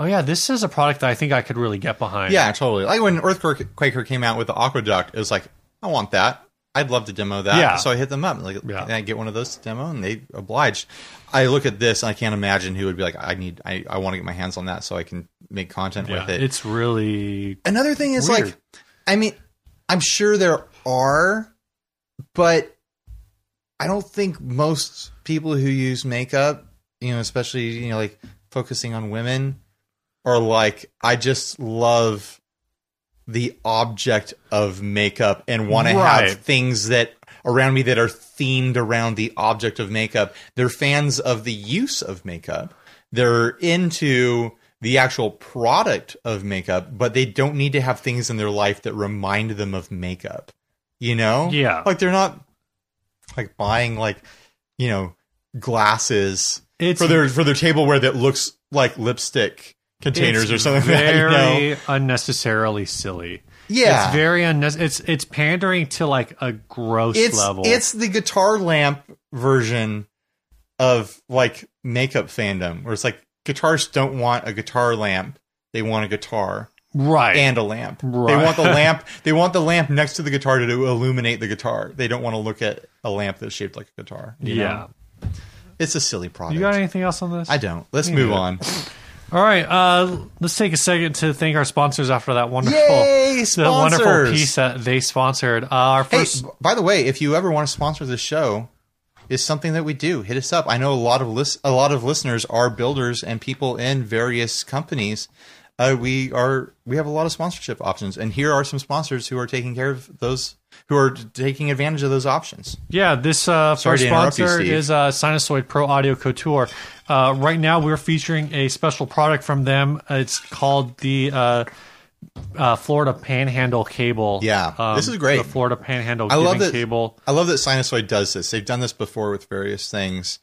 S2: oh yeah, this is a product that I think I could really get behind.
S1: Yeah, totally. Like when Earthquaker came out with the Aqueduct, it was like, I want that. I'd love to demo that.
S2: Yeah.
S1: So I hit them up. Like,
S2: Yeah.
S1: can I get one of those to demo? And they obliged. I look at this and I can't imagine who would be like, I need, I, I want to get my hands on that so I can make content
S2: Yeah,
S1: with it.
S2: it's really
S1: Another thing is
S2: Weird.
S1: like, I mean, I'm sure there are, but I don't think most people who use makeup, you know, especially you know, like focusing on women, are like, I just love the object of makeup and want to
S2: Right.
S1: have things that around me that are themed around the object of makeup. They're fans of the use of makeup. They're into the actual product of makeup, but they don't need to have things in their life that remind them of makeup. you know?
S2: Yeah.
S1: Like they're not like buying like, you know, glasses
S2: It's
S1: for their for their tableware that looks like lipstick containers
S2: it's
S1: or something
S2: Very
S1: that, you know.
S2: unnecessarily silly.
S1: Yeah.
S2: It's very unnecessary. It's it's pandering to like a gross
S1: it's
S2: level.
S1: it's the guitar lamp version of like makeup fandom where it's like guitarists don't want a guitar lamp they want a guitar
S2: right.
S1: and a lamp they
S2: Right.
S1: want the lamp they want the lamp next to the guitar to illuminate the guitar they don't want to look at a lamp that's shaped like a guitar you know?
S2: yeah.
S1: it's a silly product
S2: You got anything else on this?
S1: i don't let's move
S2: neither.
S1: on
S2: All right. Uh, let's take a second to thank our sponsors after that wonderful,
S1: Yay,
S2: the wonderful
S1: sponsors!
S2: piece that they sponsored. Uh, our
S1: Hey,
S2: first,
S1: b- by the way, if you ever want to sponsor the show, it's something that we do. Hit us up. I know a lot of lis- a lot of listeners are builders and people in various companies. Uh, we are we have a lot of sponsorship options, and here are some sponsors who are taking care of those who are taking advantage of those options.
S2: yeah, this uh,
S1: Sorry
S2: first
S1: to interrupt you,
S2: sponsor
S1: Steve.
S2: is uh, Sinusoid Pro Audio Couture. Uh, right now, we're featuring a special product from them. It's called the uh, uh, Florida Panhandle Cable. Um,
S1: Yeah, this is great.
S2: The Florida Panhandle
S1: I love
S2: Giving
S1: that-
S2: Cable.
S1: I love that Sinusoid does this. They've done this before with various things.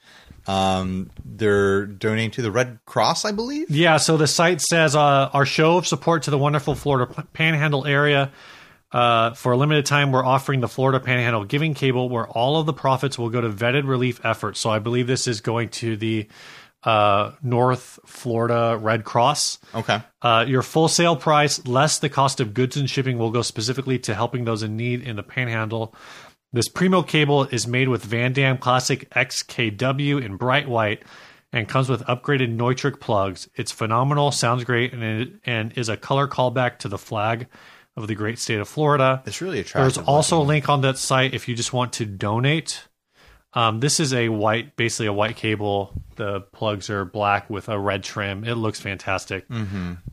S1: Um, they're donating to the Red Cross, I believe.
S2: Yeah, so the site says uh, our show of support to the wonderful Florida P- Panhandle area. Uh, for a limited time, we're offering the Florida Panhandle Giving Cable, where all of the profits will go to vetted relief efforts. So I believe this is going to the uh, North Florida Red Cross.
S1: Okay.
S2: Uh, your full sale price, less the cost of goods and shipping, will go specifically to helping those in need in the Panhandle. This Primo cable is made with Van Dam Classic XKW in bright white and comes with upgraded Neutrik plugs. It's phenomenal, sounds great, and it, and is a color callback to the flag of the great state of Florida.
S1: It's really attractive.
S2: There's also a link on that site if you just want to donate. Um, this is a white, basically a white cable. The plugs are black with a red trim. It looks fantastic.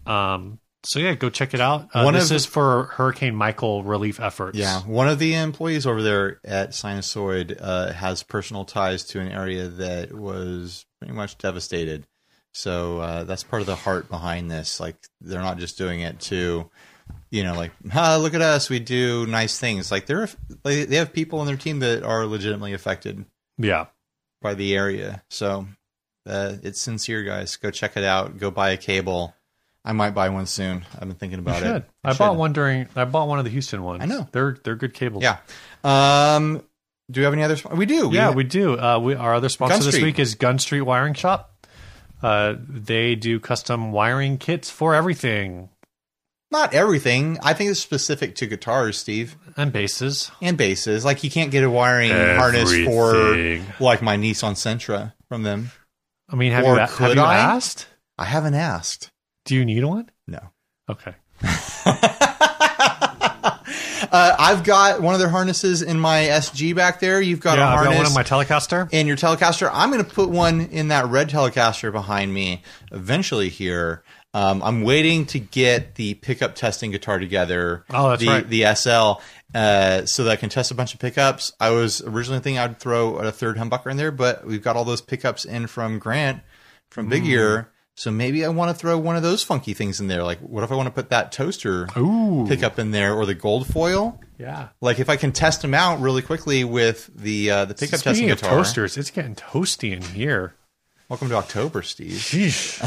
S2: Um, so yeah, go check it out. Uh,
S1: Mm-hmm. One
S2: this
S1: of-
S2: is for Hurricane Michael relief efforts.
S1: Yeah, one of the employees over there at Sinusoid uh, has personal ties to an area that was pretty much devastated. So uh, that's part of the heart behind this. Like they're not just doing it to, you know, like ah, look at us, we do nice things. Like they're like, they have people on their team that are legitimately affected
S2: yeah,
S1: by the area. So uh, it's sincere, guys. Go check it out. Go buy a cable. I might buy one soon. I've been thinking about
S2: should.
S1: it.
S2: I
S1: should.
S2: bought one during. I bought one of the Houston ones.
S1: I know.
S2: they're they're good cables.
S1: Yeah. Um, do we have any other? sp- We do.
S2: yeah, we do. Uh, we our other sponsor
S1: Gun
S2: this
S1: Street.
S2: week is Gun Street Wiring Shop. Uh, they do custom wiring kits for everything
S1: not everything. I think it's specific to guitars, Steve,
S2: and bases.
S1: and basses. Like you can't get a wiring harness
S2: Everything.
S1: for like my Nissan Sentra from them.
S2: I mean, have
S1: Or
S2: you, a-
S1: could
S2: have you
S1: I?
S2: asked?
S1: I haven't asked.
S2: Do you need one?
S1: No.
S2: Okay.
S1: Uh, I've got one of their harnesses in my SG back there. You've got a
S2: yeah, I've got
S1: harness
S2: one in my Telecaster.
S1: in your Telecaster. I'm going to put one in that red Telecaster behind me eventually here. Um, I'm waiting to get the pickup testing guitar together.
S2: Oh, that's
S1: the,
S2: right.
S1: The SL, uh, so that I can test a bunch of pickups. I was originally thinking I'd throw a third humbucker in there, but we've got all those pickups in from Grant from Big
S2: Hmm.
S1: Ear. So maybe I want to throw one of those funky things in there. Like, what if I want to put that toaster
S2: Ooh.
S1: pickup in there or the gold foil?
S2: Yeah.
S1: Like, if I can test them out really quickly with the uh, the pickup testing
S2: Speaking of
S1: guitar.
S2: toasters, it's getting toasty in here.
S1: Welcome to October, Steve,
S2: Sheesh.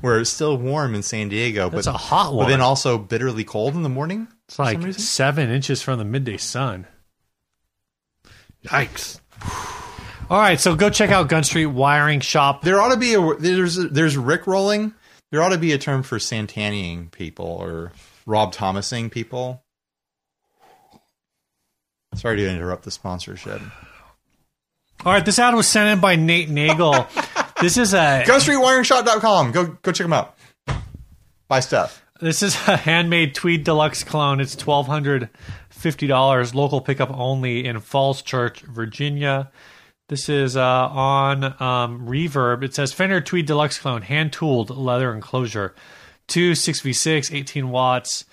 S1: where it's still warm in San Diego, but,
S2: That's a hot
S1: but
S2: one.
S1: then also bitterly cold in the morning.
S2: it's like seven inches from the midday sun. Yikes. All right, so go check out Gun Street Wiring Shop.
S1: There ought to be a there's there's Rick rolling. There ought to be a term for Santanning people or Rob Thomasing people. Sorry to interrupt the sponsorship.
S2: All right, this ad was sent in by Nate Nagel. this is a
S1: GoStreetWiringShot.com. Go go check them out. Buy stuff.
S2: This is a handmade tweed deluxe clone. It's twelve hundred fifty dollars, local pickup only in Falls Church, Virginia. This is uh, on um, Reverb. It says Fender Tweed Deluxe Clone, hand tooled leather enclosure, two six v six, 18 watts,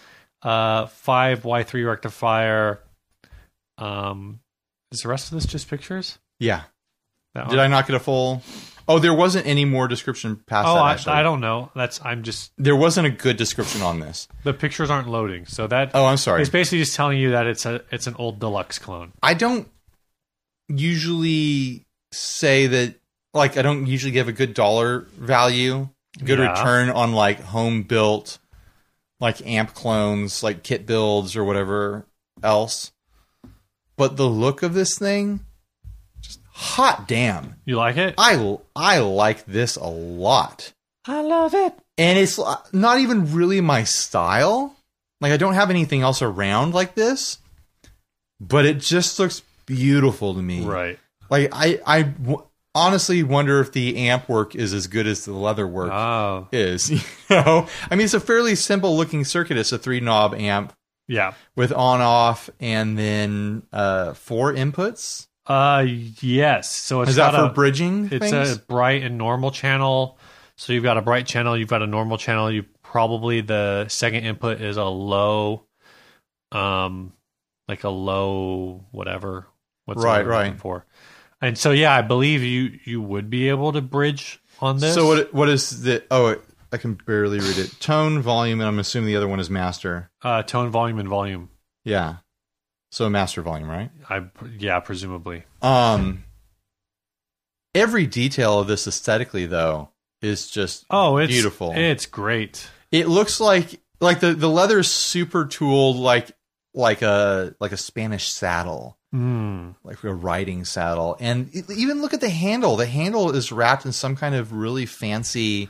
S2: uh, five Y three rectifier. Um, is the rest of this just pictures?
S1: Yeah.
S2: That
S1: Did I not get a full? Oh, there wasn't any more description past
S2: Oh,
S1: that.
S2: I,
S1: actually.
S2: I don't know. That's I'm just
S1: There wasn't a good description on this.
S2: the pictures aren't loading, so that
S1: Oh, I'm sorry.
S2: it's basically just telling you that it's a it's an old deluxe clone.
S1: I don't usually say that. Like, I don't usually give a good dollar value, good
S2: Yeah.
S1: return on like home built, like amp clones, like kit builds or whatever else. But the look of this thing, just hot damn!
S2: You like it?
S1: I I like this a lot.
S2: I love it.
S1: and it's li- not even really my style. Like I don't have anything else around like this, but it just looks beautiful to me.
S2: Right.
S1: Like I, I w- honestly wonder if the amp work is as good as the leather work
S2: Oh,
S1: is. You know, I mean, it's a fairly simple looking circuit. It's a three knob amp
S2: yeah.
S1: with on off and then uh, four inputs.
S2: Uh, yes. So it's
S1: Is that
S2: got
S1: for
S2: a,
S1: bridging?
S2: it's
S1: things?
S2: a bright and normal channel. So you've got a bright channel, you've got a normal channel. You probably the second input is a low, um, like a low whatever. What's the
S1: Right,
S2: word I'm looking
S1: right.
S2: For, and so yeah, I believe you you would be able to bridge on this.
S1: So what? What is the? Oh, it, I can barely read it. Tone, volume, and I'm assuming the other one is master.
S2: uh, tone, volume, and volume.
S1: Yeah. So master volume, right?
S2: I yeah, presumably.
S1: Um. Every detail of this aesthetically, though, is just
S2: Oh, it's
S1: beautiful. It,
S2: It's great.
S1: looks like like the the leather is super tooled, like like a like a Spanish saddle,
S2: Mm.
S1: like a riding saddle, and it- even look at the handle. The handle is wrapped in some kind of really fancy,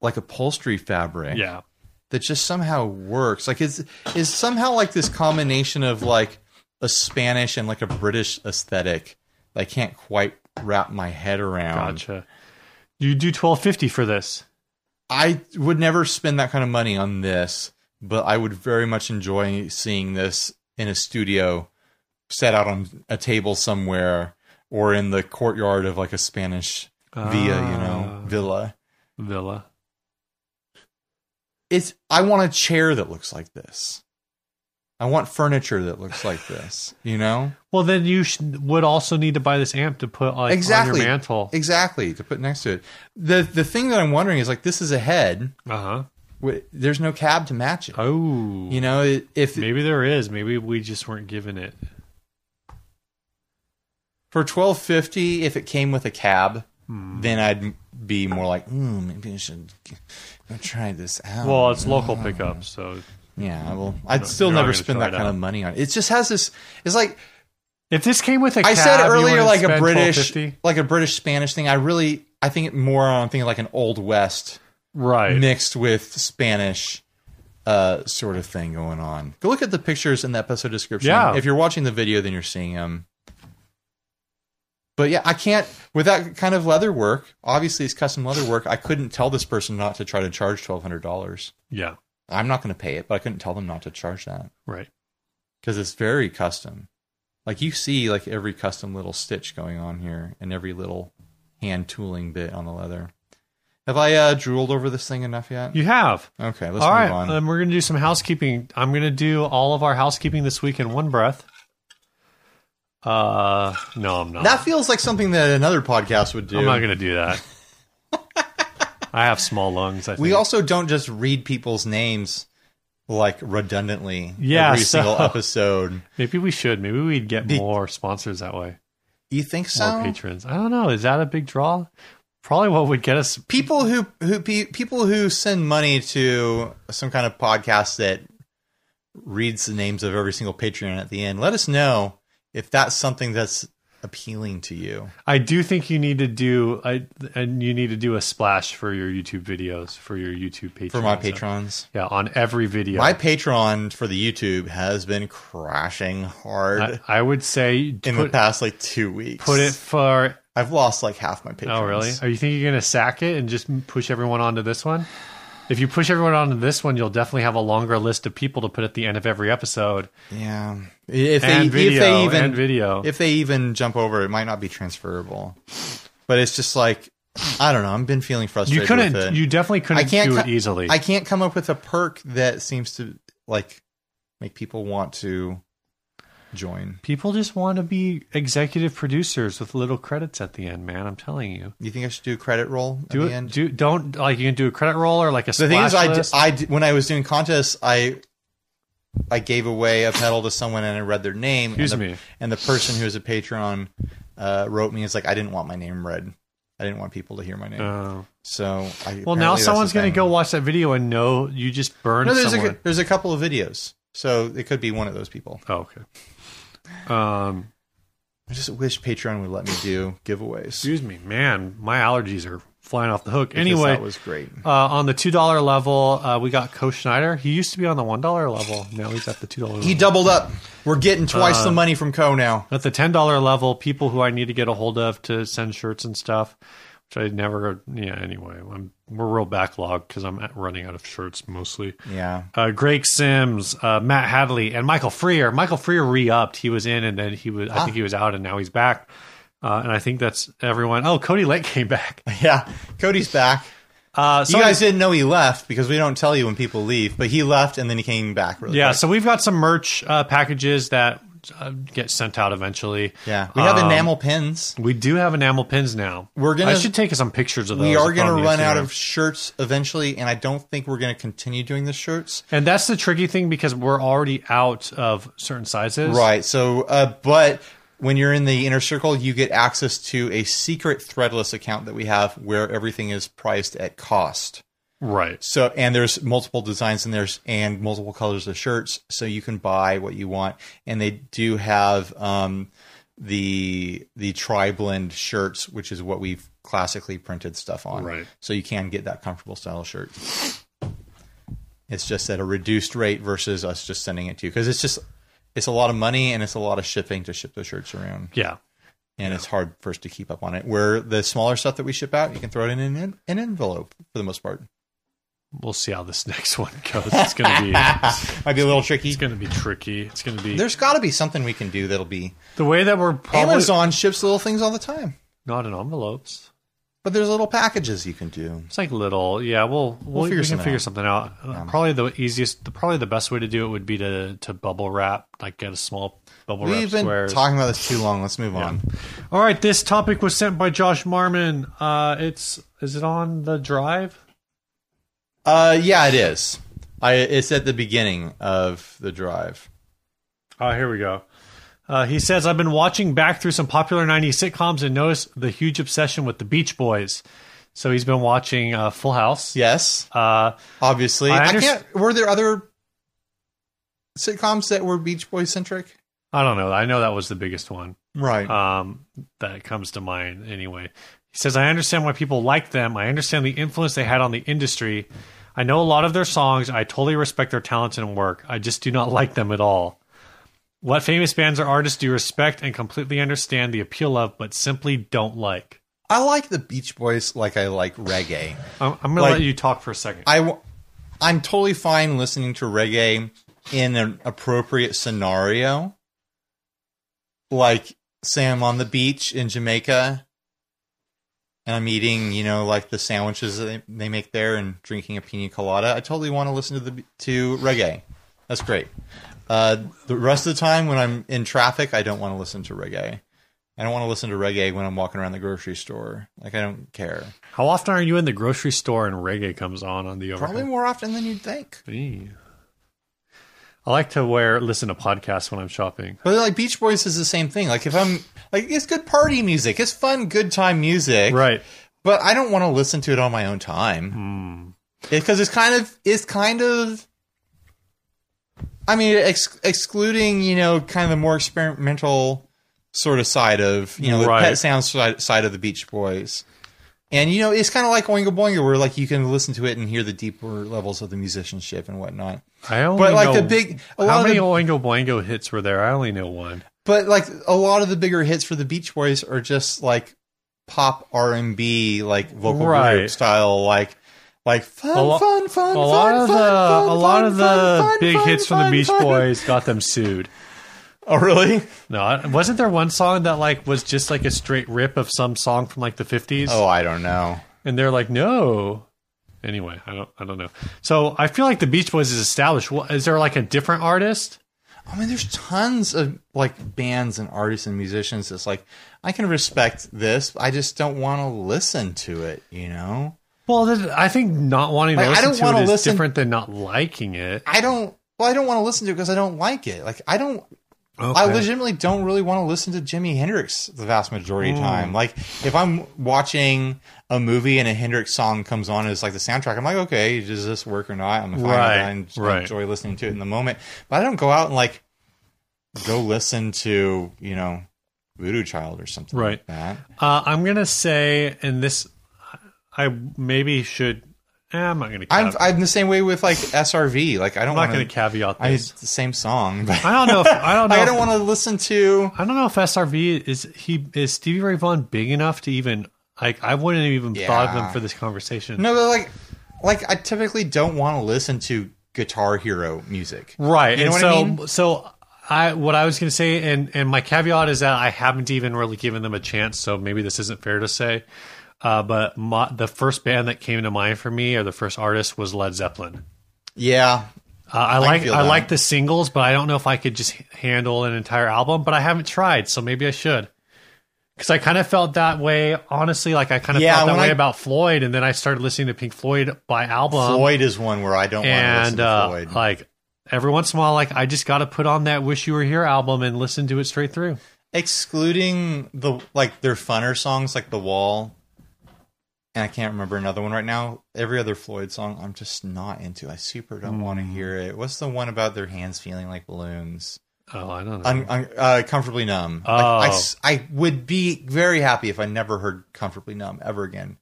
S1: like upholstery fabric.
S2: Yeah.
S1: that just somehow works. Like is is somehow like this combination of like a Spanish and like a British aesthetic that I can't quite wrap my head around.
S2: Gotcha. You do twelve fifty for this.
S1: I would never spend that kind of money on this, but I would very much enjoy seeing this in a studio set out on a table somewhere or in the courtyard of like a Spanish villa, you know,
S2: Ah,
S1: villa.
S2: villa.
S1: It's I want a chair that looks like this. I want furniture that looks like this, you know?
S2: Well, then you sh- would also need to buy this amp to put like, on
S1: Exactly.
S2: your mantle.
S1: Exactly to put next to it. the The thing that I'm wondering is like this is a head.
S2: Uh huh.
S1: Wi- There's no cab to match it.
S2: Oh,
S1: You know, i- if
S2: maybe there is. Maybe we just weren't given it.
S1: for twelve fifty, if it came with a cab,
S2: Hmm.
S1: then I'd be more like, mm, maybe I should g- go try this out.
S2: Well, it's local pickup, so
S1: yeah. Well, I'd
S2: No,
S1: still
S2: you're not
S1: never
S2: gonna
S1: spend
S2: try
S1: that
S2: it
S1: kind of
S2: out.
S1: money on it. It just has this. It's like
S2: if this came with a
S1: I
S2: cab,
S1: said
S2: you
S1: earlier,
S2: wouldn't
S1: like a
S2: spend
S1: British,
S2: $12.50?
S1: like a British Spanish thing. I really, I think more on thinking like an old west.
S2: right?
S1: mixed with Spanish uh, sort of thing going on. Go look at the pictures in the episode description.
S2: Yeah.
S1: If you're watching the video, then you're seeing them. But yeah, I can't with that kind of leather work. Obviously, it's custom leather work. I couldn't tell this person not to try to charge twelve hundred dollars.
S2: Yeah,
S1: I'm not going to pay it, but I couldn't tell them not to charge that
S2: right.
S1: because it's very custom. Like you see, like every custom little stitch going on here, and every little hand tooling bit on the leather. Have I uh, drooled over this thing enough yet?
S2: You have.
S1: Okay, let's
S2: All
S1: move
S2: right,
S1: on.
S2: um, we're gonna do some housekeeping. I'm gonna do all of our housekeeping this week in one breath. Uh, no, I'm not.
S1: That feels like something that another podcast would do.
S2: I'm not gonna do that. I have small lungs. I think.
S1: we also don't just read people's names like redundantly
S2: Yeah,
S1: every
S2: so-
S1: single episode.
S2: Maybe we should. Maybe we'd get
S1: Be-
S2: more sponsors that way,
S1: You think
S2: more
S1: so?
S2: patrons. I don't know. Is that a big draw? Probably what would get us.
S1: People who who pe- people who send money to some kind of podcast that reads the names of every single Patreon at the end. Let us know if that's something that's appealing to you.
S2: I do think you need to do. I and you need to do a splash for your YouTube videos for your YouTube Patreon.
S1: For my patrons,
S2: Yeah, on every video.
S1: my Patreon for the YouTube has been crashing hard
S2: I, I would say
S1: in the
S2: put,
S1: past like two weeks.
S2: put it for.
S1: I've lost like half my patrons.
S2: Oh, really? Are you think you're gonna sack it and just push everyone onto this one? If you push everyone onto this one, you'll definitely have a longer list of people to put at the end of every episode.
S1: Yeah. If they,
S2: and video,
S1: if they even
S2: and video.
S1: if they even jump over, it might not be transferable. But it's just like I don't know. I've been feeling frustrated.
S2: you couldn't.
S1: With it.
S2: You definitely couldn't
S1: I can't
S2: do
S1: co-
S2: it easily.
S1: I can't come up with a perk that seems to like make people want to join.
S2: People just want to be executive producers with little credits at the end, man. I'm telling you.
S1: You think I should do a credit roll at
S2: Do
S1: the
S2: it.
S1: end?
S2: Do don't like you can do a credit roll or like a
S1: the
S2: splash
S1: thing is, I, d-
S2: list.
S1: I d- when I was doing contests, I I gave away a pedal to someone and I read their name.
S2: Excuse
S1: and the,
S2: me.
S1: And the person who was a patron uh, wrote me. It's like I didn't want my name read. I didn't want people to hear my name.
S2: Oh.
S1: so I,
S2: well, now
S1: apparently that's
S2: someone's
S1: the
S2: going to go
S1: thing.
S2: watch that video and know you just burned
S1: No, there's a,
S2: someone.
S1: cou- there's a couple of videos, so it could be one of those people.
S2: oh, okay. Um,
S1: I just wish Patreon would let me do giveaways.
S2: excuse me, man. My allergies are flying off the hook.
S1: because
S2: Anyway,
S1: that was great.
S2: Uh, on the two dollar level, uh, we got Coach Schneider. He used to be on the one dollar level. Now he's at the two dollar.
S1: He
S2: level.
S1: doubled up. We're getting twice
S2: Uh.
S1: the money from Co now.
S2: At the ten dollar level, people who I need to get a hold of to send shirts and stuff, which I never. Yeah. Anyway, I'm, we're real backlog because I'm running out of shirts mostly.
S1: Yeah.
S2: Uh, Greg Sims, uh, Matt Hadley, and Michael Freer. Michael Freer re-upped. He was in, and then he was. I think he was out, and now he's back. Uh, and I think that's everyone. Oh, Cody Lake came back.
S1: Yeah. Cody's back.
S2: Uh,
S1: You guys didn't know he left because we don't tell you when people leave, but he left and then he came back really
S2: Yeah,
S1: quick.
S2: so we've got some merch uh, packages that uh, get sent out eventually.
S1: Yeah. We have
S2: Um,
S1: enamel pins.
S2: We do have enamel pins now.
S1: We're gonna-
S2: I should take some pictures of those.
S1: We are
S2: and put
S1: going
S2: on
S1: to
S2: the
S1: run out
S2: Instagram.
S1: of shirts eventually, and I don't think we're going to continue doing the shirts.
S2: And that's the tricky thing because we're already out of certain sizes.
S1: Right. So, uh, but when you're in the inner circle, you get access to a secret threadless account that we have where everything is priced at cost.
S2: Right.
S1: So and there's multiple designs and there's and multiple colors of shirts, so you can buy what you want. And they do have um, the the tri blend shirts, which is what we've classically printed stuff on.
S2: Right.
S1: So you can get that comfortable style shirt. It's just at a reduced rate versus us just sending it to you because it's just it's a lot of money and it's a lot of shipping to ship those shirts around,
S2: Yeah.
S1: and it's hard for us to keep up on it. Where the smaller stuff that we ship out, you can throw it in an, an envelope for the most part.
S2: We'll see how this next one goes. It's gonna be it's
S1: Might be a little tricky.
S2: gonna be tricky. It's gonna be
S1: There's got to be something we can do that'll be.
S2: the way that we're probably
S1: Amazon ships little things all the time,
S2: not in envelopes.
S1: but there's little packages you can do.
S2: It's like little, yeah. We'll we'll, we
S1: figure
S2: can
S1: something
S2: figure
S1: out.
S2: something out. Uh, Probably the easiest, the, probably the best way to do it would be to to bubble wrap, like get a small bubble wrap
S1: We've been
S2: square.
S1: talking about this too long. Let's move on.
S2: All right, this topic was sent by Josh Marmon. Uh, it's is it on the drive?
S1: Uh, yeah, it is. I it's at the beginning of the drive.
S2: Oh, here we go. Uh, he says, I've been watching back through some popular 90s sitcoms and noticed the huge obsession with the Beach Boys. So he's been watching uh, Full House.
S1: Yes,
S2: Uh,
S1: obviously.
S2: I
S1: I,
S2: underst-
S1: can't. Were there other sitcoms that were Beach Boy centric?
S2: I don't know. I know that was the biggest one.
S1: Right.
S2: um, that comes to mind anyway. He says, I understand why people like them. I understand the influence they had on the industry. I know a lot of their songs. I totally respect their talents and work. I just do not like them at all. What famous bands or artists do you respect and completely understand the appeal of, but simply don't like?
S1: I like the Beach Boys like I like reggae.
S2: I'm, I'm going to
S1: Like-
S2: let you talk for a second.
S1: I w- I'm totally fine listening to reggae in an appropriate scenario. Like, say I'm on the beach in Jamaica and I'm eating, you know, like the sandwiches that they- they make there and drinking a pina colada. I totally want to listen to the to reggae. That's great. Uh, the rest of the time when I'm in traffic, I don't want to listen to reggae. I don't want to listen to reggae when I'm walking around the grocery store. Like I don't care.
S2: How often are you in the grocery store and reggae comes on on the
S1: Probably
S2: overhead?
S1: more often than you'd think.
S2: Probably. I like to wear listen to podcasts when I'm shopping.
S1: But like Beach Boys is the same thing. Like if I'm like it's good party music, it's fun, good time music.
S2: Right.
S1: But I don't want to listen to it on my own time
S2: Hmm.
S1: because it's kind of it's kind of. I mean, ex- excluding you know, kind of the more experimental sort of side of you know the
S2: Right.
S1: Pet Sounds side, side of the Beach Boys, and you know it's kind of like Oingo Boingo, where like you can listen to it and hear the deeper levels of the musicianship and whatnot.
S2: I only
S1: But like
S2: know-
S1: the big, a lot
S2: How
S1: of
S2: many
S1: the
S2: Oingo Boingo hits were there? I only know one.
S1: but like a lot of the bigger hits for the Beach Boys are just like pop R and B, like vocal
S2: Right.
S1: group style, like like fun,
S2: A lo-
S1: fun, fun,
S2: A
S1: fun,
S2: lot of the
S1: fun, fun,
S2: a lot
S1: fun,
S2: of
S1: fun,
S2: the
S1: fun,
S2: big
S1: fun,
S2: hits from the
S1: fun,
S2: Beach
S1: fun.
S2: Boys got them sued.
S1: Oh, really?
S2: No, I- wasn't there one song that like was just like a straight rip of some song from like the fifties?
S1: Oh, I don't know.
S2: and they're like, no. Anyway, I don't I don't know. So I feel like the Beach Boys is established. What, is there like a different artist?
S1: I mean, there's tons of like bands and artists and musicians that's like, I can respect this. I just don't want to listen to it, you know?
S2: Well, th- I think not wanting
S1: Like,
S2: to
S1: I
S2: listen
S1: don't
S2: to
S1: wanna
S2: it is
S1: listen-
S2: different than not liking it.
S1: I don't, well, I don't want to listen to it because I don't like it. Like, I don't, I
S2: Okay.
S1: legitimately don't really want to listen to Jimi Hendrix the vast majority of
S2: Mm.
S1: time. Like if I'm watching a movie and a Hendrix song comes on as like the soundtrack, I'm like, okay, does this work or not? I'm fine
S2: Right,
S1: with that and
S2: right.
S1: enjoy listening to it in the moment. But I don't go out and like go listen to, you know, Voodoo Child or something
S2: Right.
S1: like that.
S2: Uh, I'm gonna say, and this, I maybe should. Eh, I'm not gonna.
S1: I'm
S2: Cav-
S1: I'm the same way with like SRV. Like I don't
S2: I'm not
S1: want
S2: gonna
S1: to
S2: caveat
S1: I
S2: this.
S1: it's the same song, but
S2: I, don't know. If, I don't know.
S1: I
S2: if-
S1: don't want to listen to
S2: I don't know if SRV is he is Stevie Ray Vaughan big enough to even like I wouldn't have even thought of him
S1: Yeah.
S2: for this conversation.
S1: No, but like, like I typically don't want to listen to Guitar Hero music.
S2: Right.
S1: You know
S2: and
S1: what
S2: so
S1: I mean?
S2: so I what I was going to say and and my caveat is that I haven't even really given them a chance, so maybe this isn't fair to say. Uh, but my, the first band that came to mind for me or the first artist was Led Zeppelin.
S1: Yeah,
S2: Uh, I like
S1: feel
S2: I,
S1: that.
S2: like the singles, but I don't know if I could just h- handle an entire album, but I haven't tried, so maybe I should. Cuz I kind of felt that way honestly, like I kind of
S1: Yeah,
S2: felt that
S1: when
S2: way
S1: I-
S2: about Floyd and then I started listening to Pink Floyd by album
S1: Floyd is one where I don't
S2: and uh,
S1: want to listen to Floyd.
S2: like every once in a while, like I just got to put on that "Wish You Were Here" album and listen to it straight through.
S1: Excluding the like their funner songs like The Wall, and I can't remember another one right now. Every other Floyd song, I'm just not into. I super don't want to
S2: Mm.
S1: hear it. What's the one about their hands feeling like balloons?
S2: Oh, I don't know.
S1: Un, un, uh, comfortably numb. Like,
S2: Oh.
S1: I s- I would be very happy if I never heard "Comfortably Numb" ever again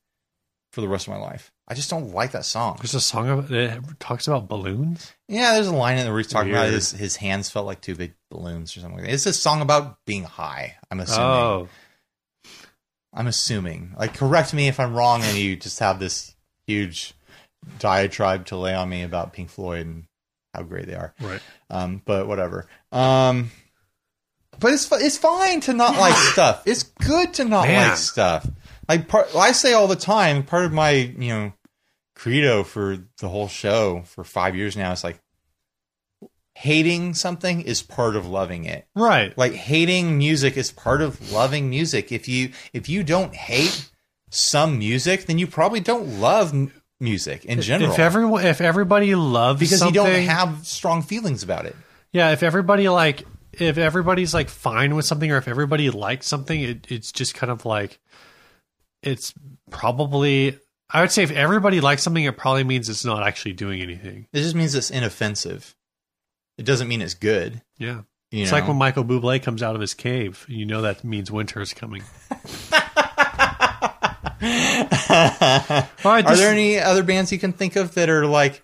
S1: for the rest of my life. I just don't like that song.
S2: There's a song about- that talks about balloons.
S1: Yeah, there's a line in the where he's talking about
S2: Weird.
S1: his his hands felt like two big balloons or something like that. It's a song about being high. I'm assuming.
S2: Oh,
S1: I'm assuming. Like, correct me if I'm wrong, and you just have this huge diatribe to lay on me about Pink Floyd and how great they are.
S2: right.
S1: Um, but whatever. Um, but it's fi- it's fine to not like stuff. It's good to not
S2: Man.
S1: like stuff. Like part, I say all the time, part of my you know credo for the whole show for five years now is like hating something is part of loving it.
S2: Right.
S1: Like hating music is part of loving music. If you if you don't hate some music, then you probably don't love m- music in general
S2: If everyone, if everybody loves
S1: because
S2: something,
S1: you don't have strong feelings about it.
S2: yeah. If everybody like, if everybody's like fine with something, or if everybody likes something, it, it's just kind of like, it's probably. I would say if everybody likes something, it probably means it's not actually doing anything.
S1: It just means it's inoffensive. It doesn't mean it's good.
S2: Yeah.
S1: You
S2: It's
S1: know?
S2: like when Michael Bublé comes out of his cave. You know that means winter is coming. All right,
S1: are
S2: this-
S1: there any other bands you can think of that are like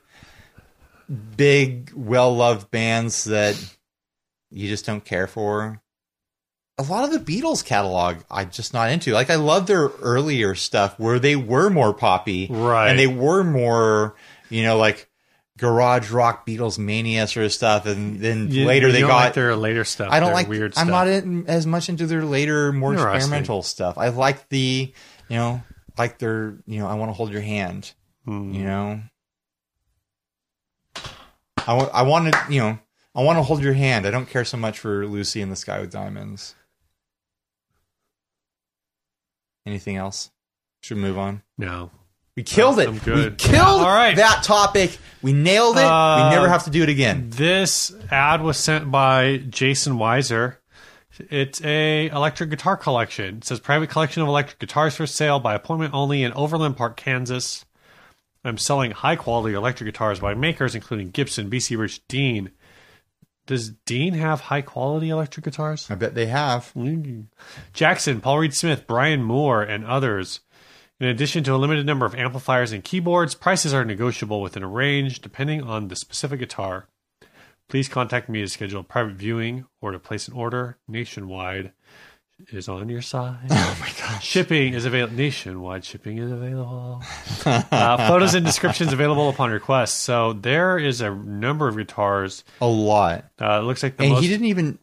S1: big, well loved bands that you just don't care for? A lot of the Beatles catalog I'm just not into. Like I love their earlier stuff where they were more poppy.
S2: Right.
S1: And they were more, you know, like garage rock Beatles mania sort of stuff. And then
S2: You-
S1: later
S2: you
S1: they
S2: don't
S1: got
S2: like their later stuff.
S1: I don't
S2: their
S1: like
S2: weird
S1: I'm
S2: stuff.
S1: not in, as much into their later, more
S2: Interesting.
S1: experimental stuff. I like the, you know, like their, you know, I want to hold your hand.
S2: Hmm. Mm-hmm.
S1: You know, I want, I want to, you know, I want to hold your hand. I don't care so much for Lucy in the Sky with Diamonds. Anything else? Should we move on.
S2: no.
S1: We killed it.
S2: I'm
S1: We
S2: good.
S1: killed
S2: All right.
S1: that topic. We nailed it.
S2: Uh,
S1: we never have to do it again.
S2: This ad was sent by Jason Weiser. It's a electric guitar collection. It says private collection of electric guitars for sale by appointment only in Overland Park, Kansas. I'm selling high quality electric guitars by makers including Gibson, BC Rich, Dean. Does Dean have high quality electric guitars?
S1: I bet they have.
S2: Mm-hmm. Jackson, Paul Reed Smith, Brian Moore, and others. In addition to a limited number of amplifiers and keyboards, prices are negotiable within a range depending on the specific guitar. Please contact me to schedule a private viewing or to place an order. Nationwide is on your side.
S1: Oh my gosh.
S2: shipping is available. Nationwide shipping is available. Uh, photos and descriptions available upon request. So there is a number of guitars.
S1: A lot.
S2: Uh, it looks like the
S1: and
S2: most.
S1: he didn't even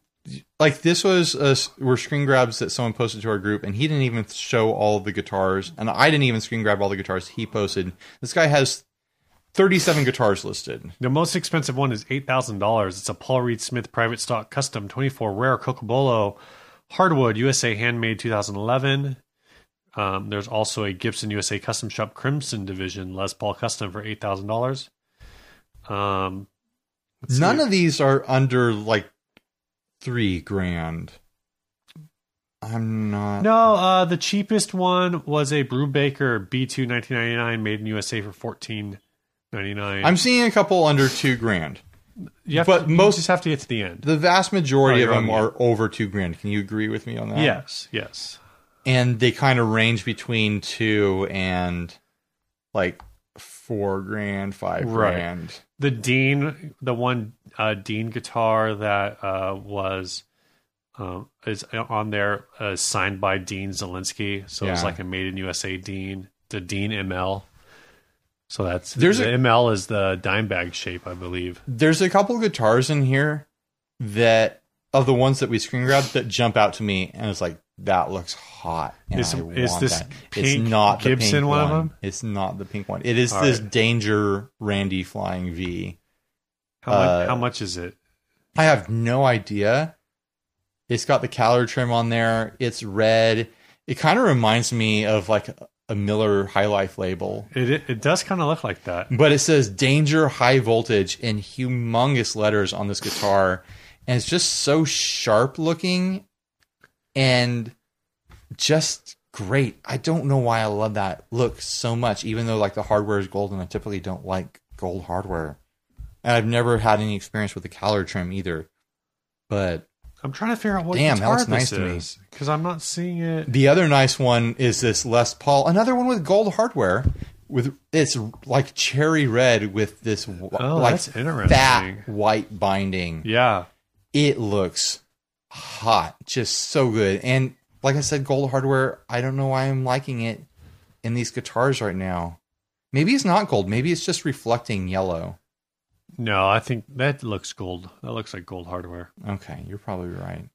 S1: like this was uh, were screen grabs that someone posted to our group and he didn't even show all the guitars and i didn't even screen grab all the guitars he posted this guy has 37 guitars listed.
S2: The most expensive one is eight thousand dollars. It's a Paul Reed Smith private stock custom twenty four rare Cocobolo hardwood USA handmade two thousand eleven. Um, there's also a Gibson USA Custom Shop Crimson Division Les Paul Custom for eight thousand dollars. Um, let's
S1: None
S2: see.
S1: of these are under like three grand. I'm not.
S2: no. Uh, the cheapest one was a Brubaker B2 1999 made in USA for fourteen ninety nine.
S1: I'm seeing a couple under two grand.
S2: you have
S1: but
S2: to, you
S1: most-
S2: just have to get to the end.
S1: The vast majority
S2: Oh,
S1: of
S2: you're
S1: them
S2: on
S1: are over two grand. Can you agree with me on that?
S2: Yes, yes.
S1: And they kind of range between two and like four grand, five
S2: Right.
S1: grand.
S2: the Dean, the one uh, Dean guitar that uh, was um, is on there uh, signed by Dean Zelinsky, so it's
S1: Yeah.
S2: like a made in USA Dean, the Dean ML. So that's
S1: There's
S2: the
S1: a-
S2: ML is the dime bag shape, I believe.
S1: There's a couple guitars in here that of the ones that we screen grabbed that jump out to me, and it's like that looks hot. And
S2: Is-
S1: I
S2: is
S1: want
S2: this
S1: that.
S2: pink
S1: it's not the
S2: Gibson
S1: pink
S2: one of them?
S1: It's not the pink one. It is
S2: All
S1: this
S2: right.
S1: Danger Randy Flying V.
S2: How, mu-
S1: Uh,
S2: how much is it?
S1: I have no idea. It's got the calorie trim on there. It's red. It kind of reminds me of like a Miller High Life label,
S2: It it, it does kind of look like that.
S1: but it says "Danger High Voltage" in humongous letters on this guitar, and it's just so sharp looking, and just great. I don't know why I love that look so much, even though like the hardware is gold, and I typically don't like gold hardware, and I've never had any experience with the calorie trim either. But
S2: I'm trying to figure out what
S1: Damn, that
S2: guitar
S1: looks nice to
S2: this
S1: me.
S2: is because I'm not seeing it.
S1: The other nice one is this Les Paul, another one with gold hardware. With it's like cherry red with this w-
S2: Oh,
S1: like
S2: that's interesting.
S1: fat white binding.
S2: Yeah,
S1: It looks hot, just so good. And like I said, gold hardware. I don't know why I'm liking it in these guitars right now. Maybe it's not gold. Maybe it's just reflecting yellow.
S2: no, I think that looks gold. That looks like gold hardware.
S1: Okay, you're probably right.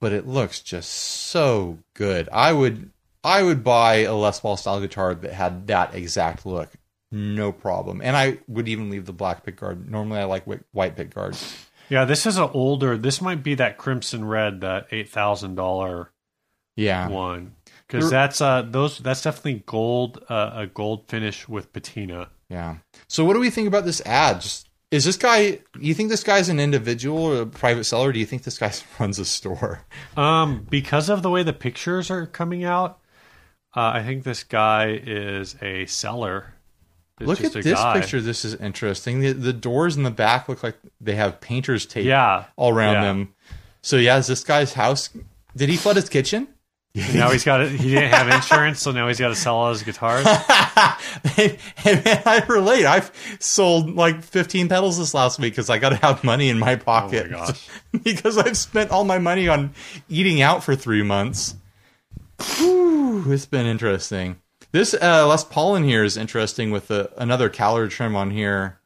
S1: But it looks just so good. I would I would buy a Les Paul style guitar that had that exact look. No problem. And I would even leave the black pick guard. Normally I like wi- white pick guards.
S2: Yeah, this is an older. This might be that crimson red, that eight thousand dollar
S1: Yeah.
S2: one,
S1: There-
S2: because that's uh those that's definitely gold uh, a gold finish with patina.
S1: Yeah. So what do we think about this ad? Just is this guy you think this guy's an individual or a private seller? Do you think this guy runs a store?
S2: Um, because of the way the pictures are coming out, uh, I think this guy is a seller. It's
S1: Look at
S2: just a
S1: this
S2: guy.
S1: picture. This is interesting. The, the doors in the back look like they have painter's tape
S2: Yeah,
S1: all around
S2: Yeah.
S1: them. So yeah, is this guy's house? Did he flood his kitchen?
S2: now he's got it. He didn't have insurance, so now he's got to sell all his guitars.
S1: and man, I relate. I've sold like 15 pedals this last week because I got to have money in my pocket.
S2: Oh gosh.
S1: because I've spent all my money on eating out for three months. Whew, it's been interesting. This uh, Les Paul in here is interesting with the, another calorie trim on here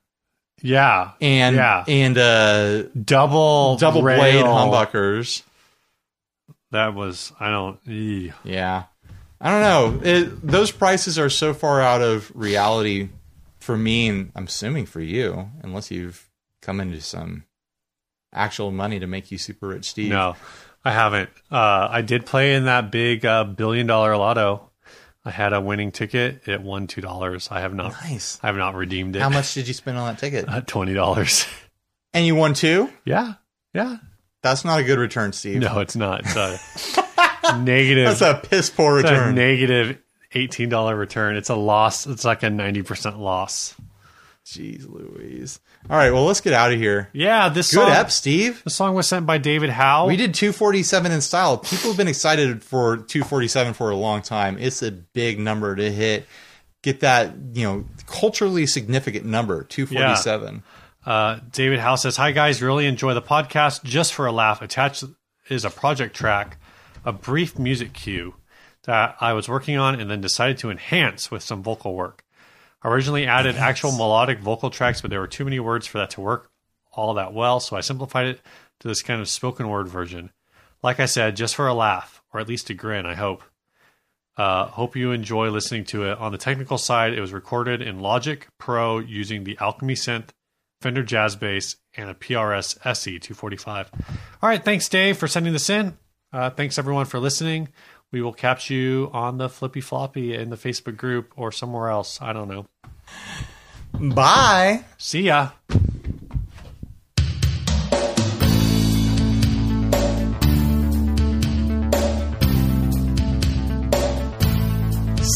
S2: Yeah,
S1: and
S2: yeah,
S1: and uh,
S2: double
S1: double blade
S2: rail.
S1: humbuckers.
S2: That was I don't. eeh.
S1: Yeah. I don't know. It, those prices are so far out of reality for me, and I'm assuming for you, unless you've come into some actual money to make you super rich, Steve.
S2: No, I haven't. Uh, I did play in that big uh, billion dollar lotto. I had a winning ticket. It won two dollars. I have not.
S1: Nice.
S2: I have not redeemed it.
S1: How much did you spend on that ticket?
S2: Uh, Twenty dollars.
S1: And you won two?
S2: yeah, yeah.
S1: That's not a good return, Steve.
S2: No, it's not. It's a negative.
S1: That's a piss poor
S2: it's a
S1: return.
S2: negative eighteen dollar return. It's a loss. It's like a ninety percent loss.
S1: Jeez Louise. All right, well, let's get out of here.
S2: Yeah, this
S1: Good
S2: song.
S1: ep, Steve.
S2: The song was sent by David Howe.
S1: We did 247 in style. People have been excited for 247 for a long time. It's a big number to hit. Get that, you know, culturally significant number, 247.
S2: Uh, David Howe says, Hi, guys. Really enjoy the podcast. Just for a laugh, attached is a project track, a brief music cue that I was working on and then decided to enhance with some vocal work. I originally added actual melodic vocal tracks, but there were too many words for that to work all that well, so I simplified it to this kind of spoken word version. Like I said, just for a laugh, or at least a grin, I hope. Uh, hope you enjoy listening to it. On the technical side, it was recorded in Logic Pro using the Alchemy synth, Fender Jazz Bass, and a PRS SE 245. All right, thanks, Dave, for sending this in. Uh, thanks, everyone, for listening. We will catch you on the Flippy Floppy in the Facebook group or somewhere else. I don't know.
S1: Bye.
S2: See ya.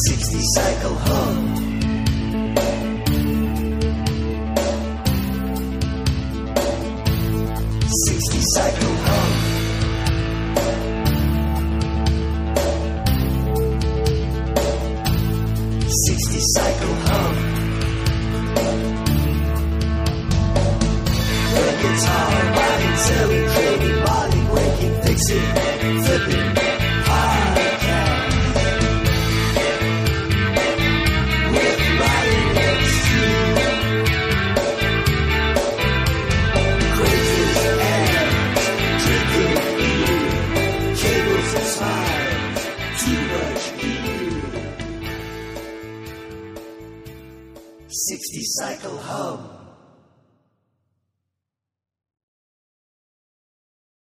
S3: Sixty cycle hum. Sixty cycle hum. Sixty cycle hum. The guitar wagging, telly, crazy, body waking, fixing, flipping. With Ryan Extreme. Crazes and drinking beer. Cables and smiles. Too much beer. Sixty cycle hum.